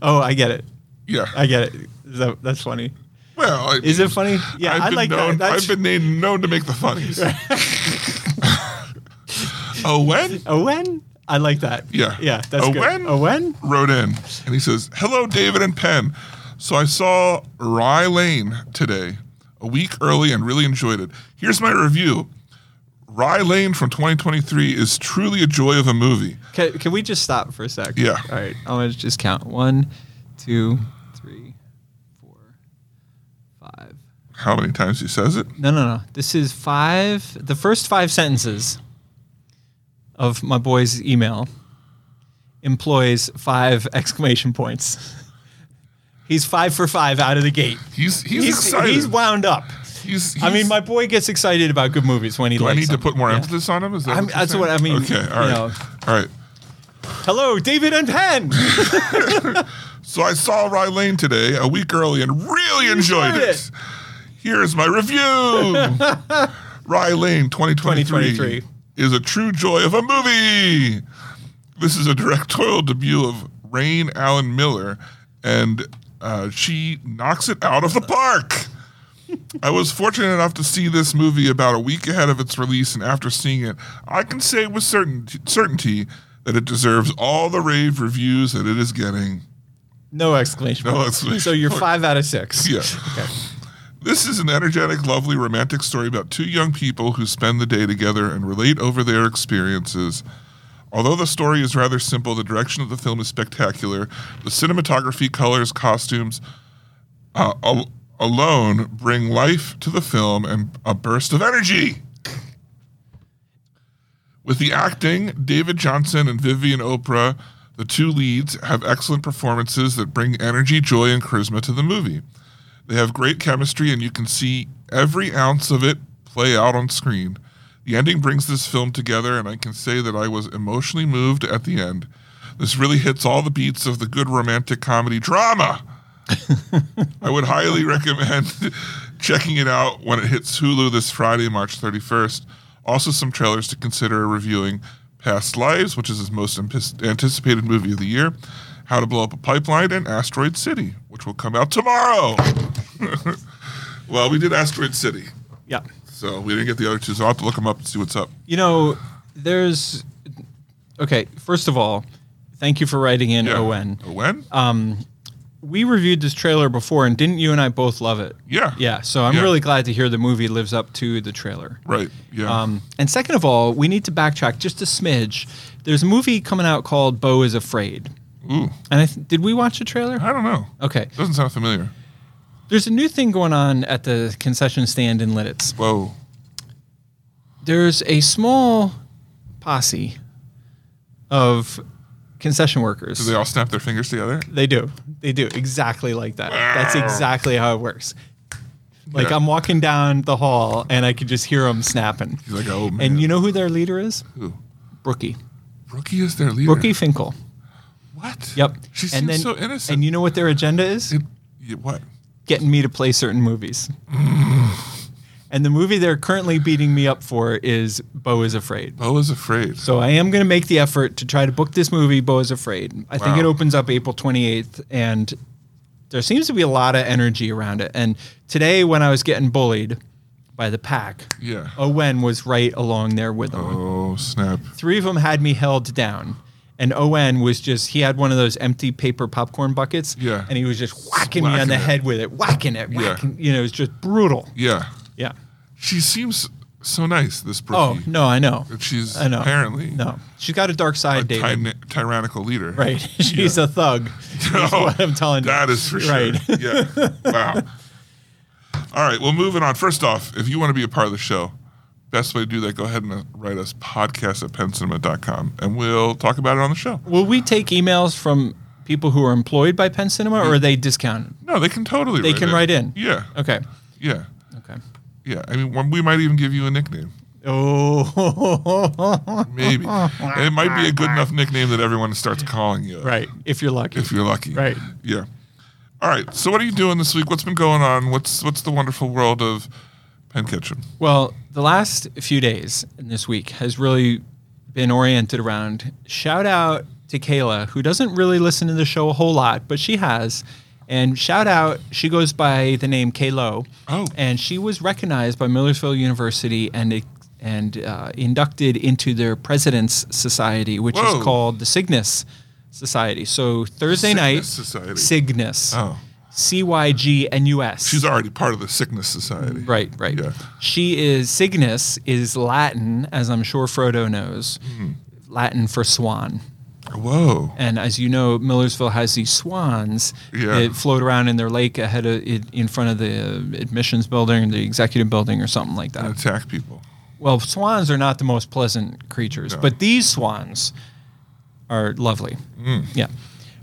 C: Oh, I get it.
B: Yeah.
C: I get it. That- that's funny.
B: well, I
C: Is it funny? Yeah,
B: I've
C: I
B: been
C: like
B: known,
C: that. That's,
B: I've been named, known to make the funnies. Owen
C: Owen? I like that.
B: Yeah.
C: Yeah, that's good.
B: Owen?
C: Owen?
B: wrote in and he says, "Hello, David and Penn. So I saw Rye Lane today, a week early, and really enjoyed it. Here's my review Rye Lane from 2023 is truly a joy of a movie.
C: Can, can we just stop for a sec?
B: Yeah.
C: All right. I'm going to just count. One, two, three, four, five.
B: How many times he says it?
C: No, no, no. This is five, the first five sentences of my boy's email employs five exclamation points. He's five for five out of the gate.
B: He's he's,
C: He's,
B: excited.
C: he's wound up.
B: He's-
C: I mean,
B: he's-
C: my boy gets excited about good movies when he
B: Do I
C: likes
B: need to
C: them.
B: put more
C: Yeah.
B: emphasis on him? Is that
C: I'm-
B: what you're
C: that's what
B: saying?
C: I mean,
B: Okay, all
C: you
B: right,
C: know.
B: all right.
C: Hello, David and Penn.
B: So I saw Rye Lane today, a week early, and really enjoyed
C: enjoyed
B: it.
C: it.
B: Here's my review. Rye Lane 2023,
C: 2023.
B: is a true joy of a movie. This is a directorial debut of Rain Allen Miller, and uh, she knocks it out of the park. I was fortunate enough to see this movie about a week ahead of its release, and after seeing it, I can say with certain certainty that it deserves all the rave reviews that it is getting.
C: No exclamation
B: No
C: point.
B: exclamation
C: So you're
B: point.
C: five out of six.
B: Yeah. This is an energetic, lovely, romantic story about two young people who spend the day together and relate over their experiences. Although the story is rather simple, the direction of the film is spectacular. The cinematography, colors, costumes uh, al- alone bring life to the film and a burst of energy. With the acting, David Johnson and Vivian Oprah, the two leads, have excellent performances that bring energy, joy, and charisma to the movie. They have great chemistry, and you can see every ounce of it play out on screen. The ending brings this film together, and I can say that I was emotionally moved at the end. This really hits all the beats of the good romantic comedy drama. I would highly recommend checking it out when it hits Hulu this Friday, March 31st. Also, some trailers to consider reviewing Past Lives, which is his most amp- anticipated movie of the year, How to Blow Up a Pipeline, and Asteroid City, which will come out tomorrow. well, we did Asteroid City,
C: Yeah.
B: so we didn't get the other two, so I'll have to look them up and see what's up.
C: You know, there's okay. First of all, thank you for writing in, Owen.
B: Owen?
C: Um, We reviewed this trailer before, and didn't you and I both love it?
B: yeah.
C: Yeah. So I'm
B: Yeah.
C: really glad to hear the movie lives up to the trailer.
B: Right. Yeah.
C: Um, and second of all, we need to backtrack just a smidge. There's a movie coming out called Bo is Afraid.
B: Ooh,
C: And I th- did we watch the trailer?
B: I don't know.
C: Okay.
B: Doesn't sound familiar.
C: There's a new thing going on at the concession stand in Lidditz.
B: Whoa.
C: there's a small posse of concession workers.
B: Did they all snap their fingers together?
C: They do. They do exactly like that. That's exactly how it works. Like
B: Yeah.
C: I'm walking down the hall and I could just hear them snapping.
B: He's like, oh, man.
C: And you know who their leader is?
B: Who?
C: Brookie.
B: Rookie is their leader.
C: Brookie Finkel.
B: What?
C: Yep.
B: She seems
C: and then,
B: so innocent.
C: And you know what their agenda is?
B: It- you- what?
C: Getting me to play certain movies. and the movie they're currently beating me up for is Bo is Afraid.
B: Bo is afraid.
C: So I am going to make the effort to try to book this movie, Bo is Afraid. I think
B: Wow.
C: it opens up April 28th, and there seems to be a lot of energy around it. And today, when I was getting bullied by the pack,
B: Yeah.
C: Owen was right along there with them.
B: Oh snap!
C: Three of them had me held down. And Owen was just, he had one of those empty paper popcorn buckets.
B: Yeah.
C: And he was just whacking me on
B: Whacking
C: the
B: it.
C: head with it, whacking it, whacking, you know, it was just brutal.
B: Yeah,
C: Yeah.
B: she seems so nice. This
C: Oh,
B: Brookie.
C: no, I know.
B: But she's
C: I know.
B: apparently
C: No. She's got a dark
B: a
C: side, David.
B: tyna- tyrannical leader.
C: Right. She's a thug. That's
B: No,
C: what I'm telling you.
B: That is for sure.
C: Right.
B: Yeah. Wow. All right. Well, moving on. First off, if you want to be a part of the show, best way to do that, go ahead and uh, write us podcast at pencinema.com and we'll talk about it on the show.
C: Will we take emails from people who are employed by Penn Cinema or are they discounted?
B: No, they can totally
C: They can write in.
B: Yeah.
C: Okay.
B: Yeah.
C: Okay.
B: Yeah. I mean, one- we might even give you a nickname.
C: Oh,
B: Maybe. And it might be a good enough nickname that everyone starts calling you.
C: right. If you're lucky.
B: If you're lucky.
C: Right.
B: Yeah. All right. So what are you doing this week? What's been going on? What's what's the wonderful world of Penn Kitchen?
C: Well, the last few days and this week has really been oriented around shout out to Kayla, who doesn't really listen to the show a whole lot, but she has. And shout out, she goes by the name Kaylo.
B: Oh.
C: And she was recognized by Millersville University and e, and uh, inducted into their President's Society, which
B: Whoa.
C: is called the Cygnus Society. So Thursday
B: Cygnus
C: night,
B: Society.
C: Cygnus.
B: Oh.
C: C Y G N U S.
B: She's already part of the Sickness Society.
C: Right, right.
B: Yeah.
C: She is Cygnus is Latin, as I'm sure Frodo knows,
B: Mm-hmm.
C: Latin for swan.
B: Whoa.
C: And as you know, Millersville has these swans
B: Yeah.
C: that float around in their lake ahead of in in front of the admissions building, the executive building, or something like that.
B: Attack people.
C: Well, swans are not the most pleasant creatures, but these swans are lovely.
B: Mm.
C: Yeah.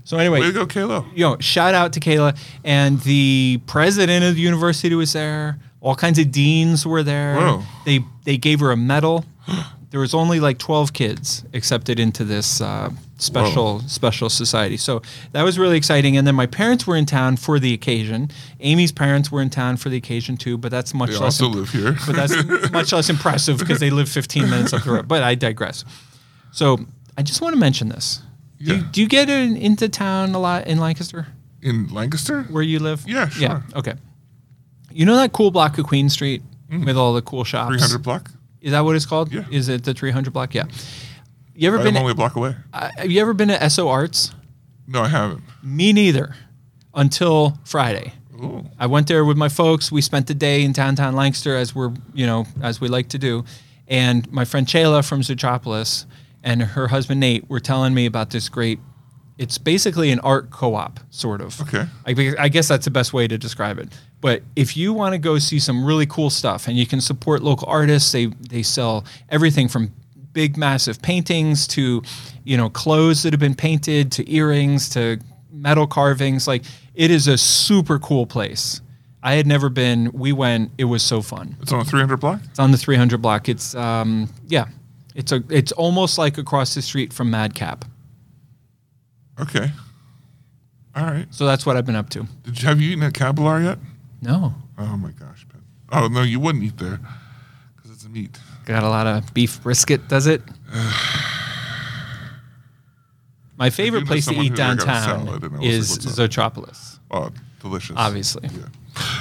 C: So anyway,
B: Way to go, Kalo.
C: you know, shout out to Kayla and the president of the university was there. All kinds of deans were there.
B: Whoa.
C: They they gave her a medal. there was only like twelve kids accepted into this uh, special special society. So that was really exciting. And then my parents were in town for the occasion. Amy's parents were in town for the occasion too, but that's much
B: They
C: less.
B: also live here.
C: but that's much less impressive because they live 15 minutes up the road. But I digress. So I just want to mention this. Do,
B: Yeah.
C: you, do you get in, into town a lot in Lancaster?
B: In Lancaster?
C: where you live?
B: Yeah, sure.
C: Yeah. Okay. You know that cool block of Queen Street with all the cool shops?
B: 300 block?
C: Is that what it's called?
B: Mm-hmm. Yeah.
C: Is it the 300 block? Yeah. You ever
B: Right,
C: been?
B: I'm only a block away.
C: uh, have you ever been to SO Arts?
B: No, I haven't.
C: Me neither. Until Friday.
B: Ooh.
C: I went there with my folks. We spent the day in downtown Lancaster, as we're you know as we like to do. And my friend Chayla from Zootropolis and her husband Nate were telling me about this great. It's basically an art co-op, sort of.
B: Okay.
C: I, be- I guess that's the best way to describe it. But if you want to go see some really cool stuff, and you can support local artists, they they sell everything from big, massive paintings to, you know, clothes that have been painted to earrings to metal carvings. Like it is a super cool place. I had never been. We went. It was so fun.
B: It's on a 300 block?
C: It's on the 300 block. It's um yeah, it's a it's almost like across the street from Madcap.
B: Okay. All right.
C: So that's what I've been up to.
B: Did you, have you eaten at Cabalar yet?
C: No,
B: Oh, my gosh, Ben. Oh, no, you wouldn't eat there because it's a meat.
C: Got a lot of beef brisket, does it? My favorite
B: know
C: place to
B: someone
C: eat
B: who like a
C: downtown
B: salad and I was like,
C: is
B: "What's up?"
C: Zootropolis,
B: Oh, delicious.
C: obviously.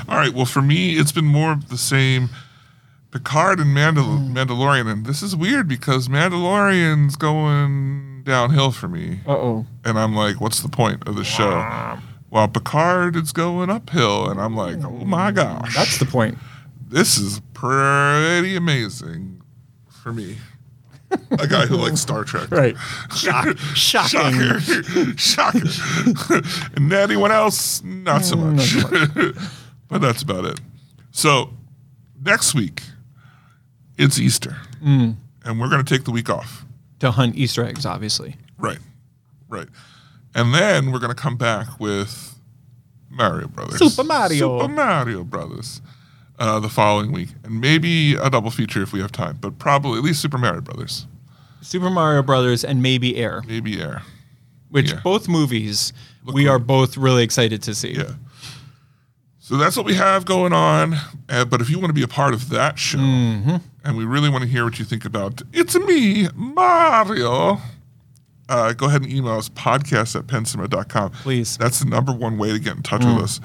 B: All right. Well, for me, it's been more of the same Picard and Mandal-
C: Hmm.
B: Mandalorian. And this is weird because Mandalorian's going downhill for me.
C: Uh oh.
B: And I'm like, what's the point of the show? While Picard is going uphill. And I'm
C: Hmm.
B: like, oh my gosh.
C: That's the point.
B: this is pretty amazing for me. A guy who likes Star Trek.
C: Right. Shock, shocking.
B: Shocker. Shocker. and anyone else, Mm, not so much. but that's about it. So next week, it's Easter. And we're going to take the week off.
C: To hunt Easter eggs, obviously.
B: Right. Right. And then we're going to come back with Mario Brothers.
C: Super Mario.
B: Super Mario Brothers. Uh, the following week, and maybe a double feature if we have time, but probably at least Super Mario Brothers,
C: Super Mario Brothers and maybe Air,
B: maybe Air.
C: which
B: Yeah.
C: both movies we
B: cool.
C: are both really excited to see.
B: Yeah. So that's what we have going on. Uh, but if you want to be a part of that show,
C: Mm-hmm.
B: and we really want to hear what you think about It's Me, Mario, uh, go ahead and email us podcast at pensima.com.
C: Please. Mm.
B: That's the number one way to get in touch with us.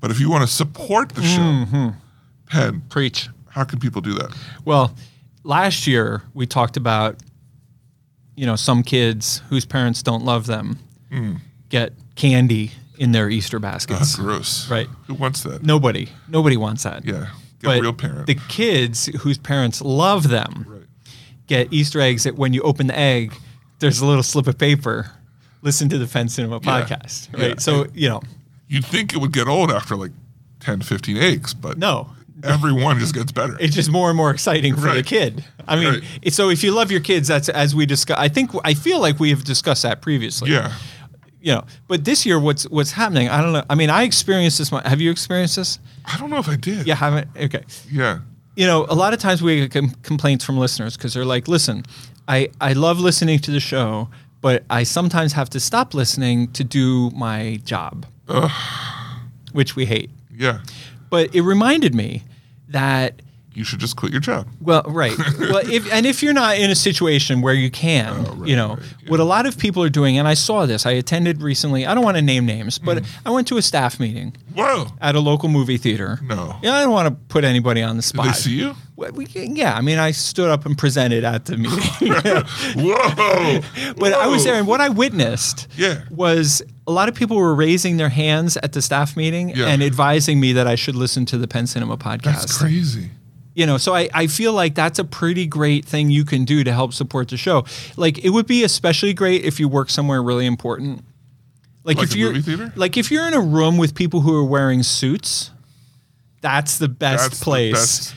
B: But if you want to support the show,
C: Mm-hmm.
B: Penn,
C: Preach.
B: how can people do that? Ah,
C: Well, last year we talked about, you know, some kids whose parents don't love them
B: Hmm.
C: get candy in their Easter baskets.
B: Gross.
C: Right.
B: Who wants that?
C: Nobody, nobody wants that.
B: Yeah. Get
C: but
B: a real parent.
C: the kids whose parents love them
B: right.
C: get Easter eggs that when you open the egg, there's a little slip of paper. Listen to the Fen Cinema
B: Yeah.
C: podcast, right?
B: Yeah.
C: So you know,
B: You'd think it would get old after like 10, 15 eggs, but
C: no,
B: everyone just gets better.
C: it's just more and more exciting for the
B: Right.
C: kid. I mean,
B: Right.
C: it- so if you love your kids, that's as we discuss. I think I feel like we have discussed that previously.
B: yeah.
C: you know. But this year, what's what's happening? I don't know. I mean, I experienced this. One. Have you experienced this?
B: I don't know if I did.
C: Yeah, haven't. Okay.
B: Yeah.
C: you know, a lot of times we get com- complaints from listeners because they're like, listen, I, I love listening to the show, but I sometimes have to stop listening to do my job, which we hate.
B: Yeah.
C: But it reminded me that,
B: You should just quit your job.
C: well, right. well, if, and if you're not in a situation where you
B: Oh,
C: can, you know, what a lot of people are doing, and I saw this, I attended recently, I don't want to name names, but
B: Mm.
C: I went to a staff meeting
B: Whoa.
C: at a local movie theater.
B: No.
C: Yeah, I don't want to put anybody on the
B: Did
C: spot.
B: they see you?
C: Well, we, yeah, I mean, I stood up and presented at the meeting,
B: Whoa.
C: but I was
B: Whoa.
C: there, and what I witnessed
B: Yeah.
C: was a lot of people were raising their hands at the staff meeting
B: Yeah.
C: and advising me that I should listen to the Penn Cinema podcast.
B: That's crazy.
C: You know, so I, I feel like that's a pretty great thing you can do to help support the show. Like it would be especially great if you work somewhere really important. Like,
B: Like
C: if
B: a
C: you're
B: movie theater?
C: like if you're in a room with people who are wearing suits, that's the best
B: That's the
C: place.
B: best-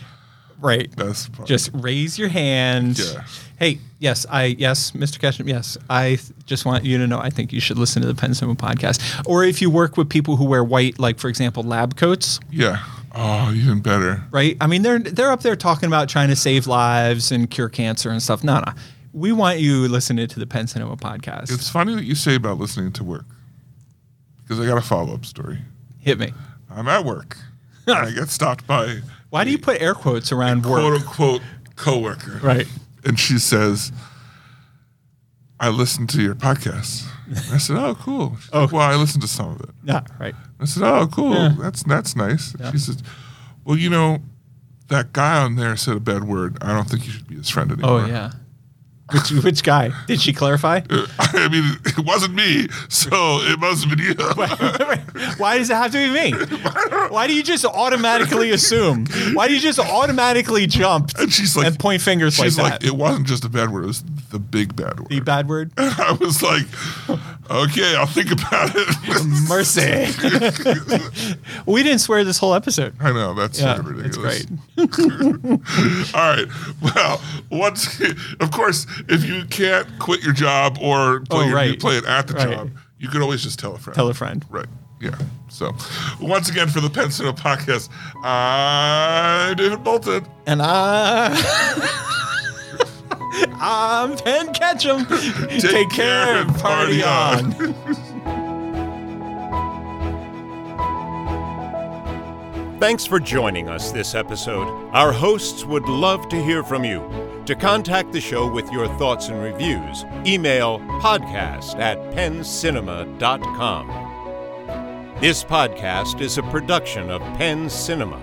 C: right.
B: best part.
C: Just raise your hand.
B: Yeah.
C: Hey, yes, I yes, Mr. Ketchum, yes. I th- just want you to know I think you should listen to the Penn Cinema podcast. Or if you work with people who wear white, like for example, lab coats,
B: yeah. Oh, even better.
C: right? I mean, they're they're up there talking about trying to save lives and cure cancer and stuff. No, no. We want you listening to the Penn Cinema podcast.
B: It's funny that you say about listening to work because I got a follow up story.
C: Hit me.
B: I'm at work. and I get stopped by
C: Why do you put air quotes around
B: quote
C: work?
B: unquote coworker,
C: Right.
B: and she says, "I listened to your podcast." And I said, "Oh, cool." She's like, well, I listened to some of it.
C: Yeah, right.
B: I said, "Oh, cool. That's that's nice." She says, "Well, you know, that guy on there said a bad word. I don't think you should be his friend anymore."
C: Oh yeah. Which which guy? Did she clarify?
B: I mean, it wasn't me, so it must have been you.
C: Why does it have to be me? Why do you just automatically assume? Why do you just automatically jump
B: and she's like,
C: and point fingers like
B: she's
C: that?
B: like, it wasn't just a bad word. It was the big bad word.
C: the bad word?
B: I was like, okay, I'll think about it.
C: Mercy. we didn't swear this whole episode.
B: I know that's
C: Yeah,
B: sort of
C: it's
B: ridiculous.
C: great.
B: All right. Well, once, of course, if you can't quit your job or play,
C: Oh,
B: your,
C: right.
B: play it at the
C: Right.
B: job, you can always just tell a friend.
C: Tell a friend.
B: Right. Yeah. So, once again, for the Pensino podcast, I'm David Bolton.
C: And I. I'm Penn Ketchum. Take, care and party, on.
A: Thanks for joining us this episode. Our hosts would love to hear from you. To contact the show with your thoughts and reviews, email podcast at penncinema.com. This podcast is a production of Penn Cinema.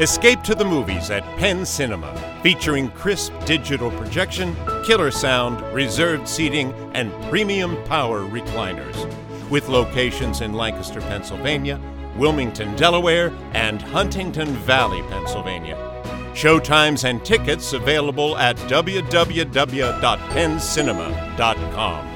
A: Escape to the movies at Penn Cinema, featuring crisp digital projection, killer sound, reserved seating, and premium power recliners. With locations in Lancaster, Pennsylvania, Wilmington, Delaware, and Huntington Valley, Pennsylvania. Showtimes and tickets available at www.penncinema.com.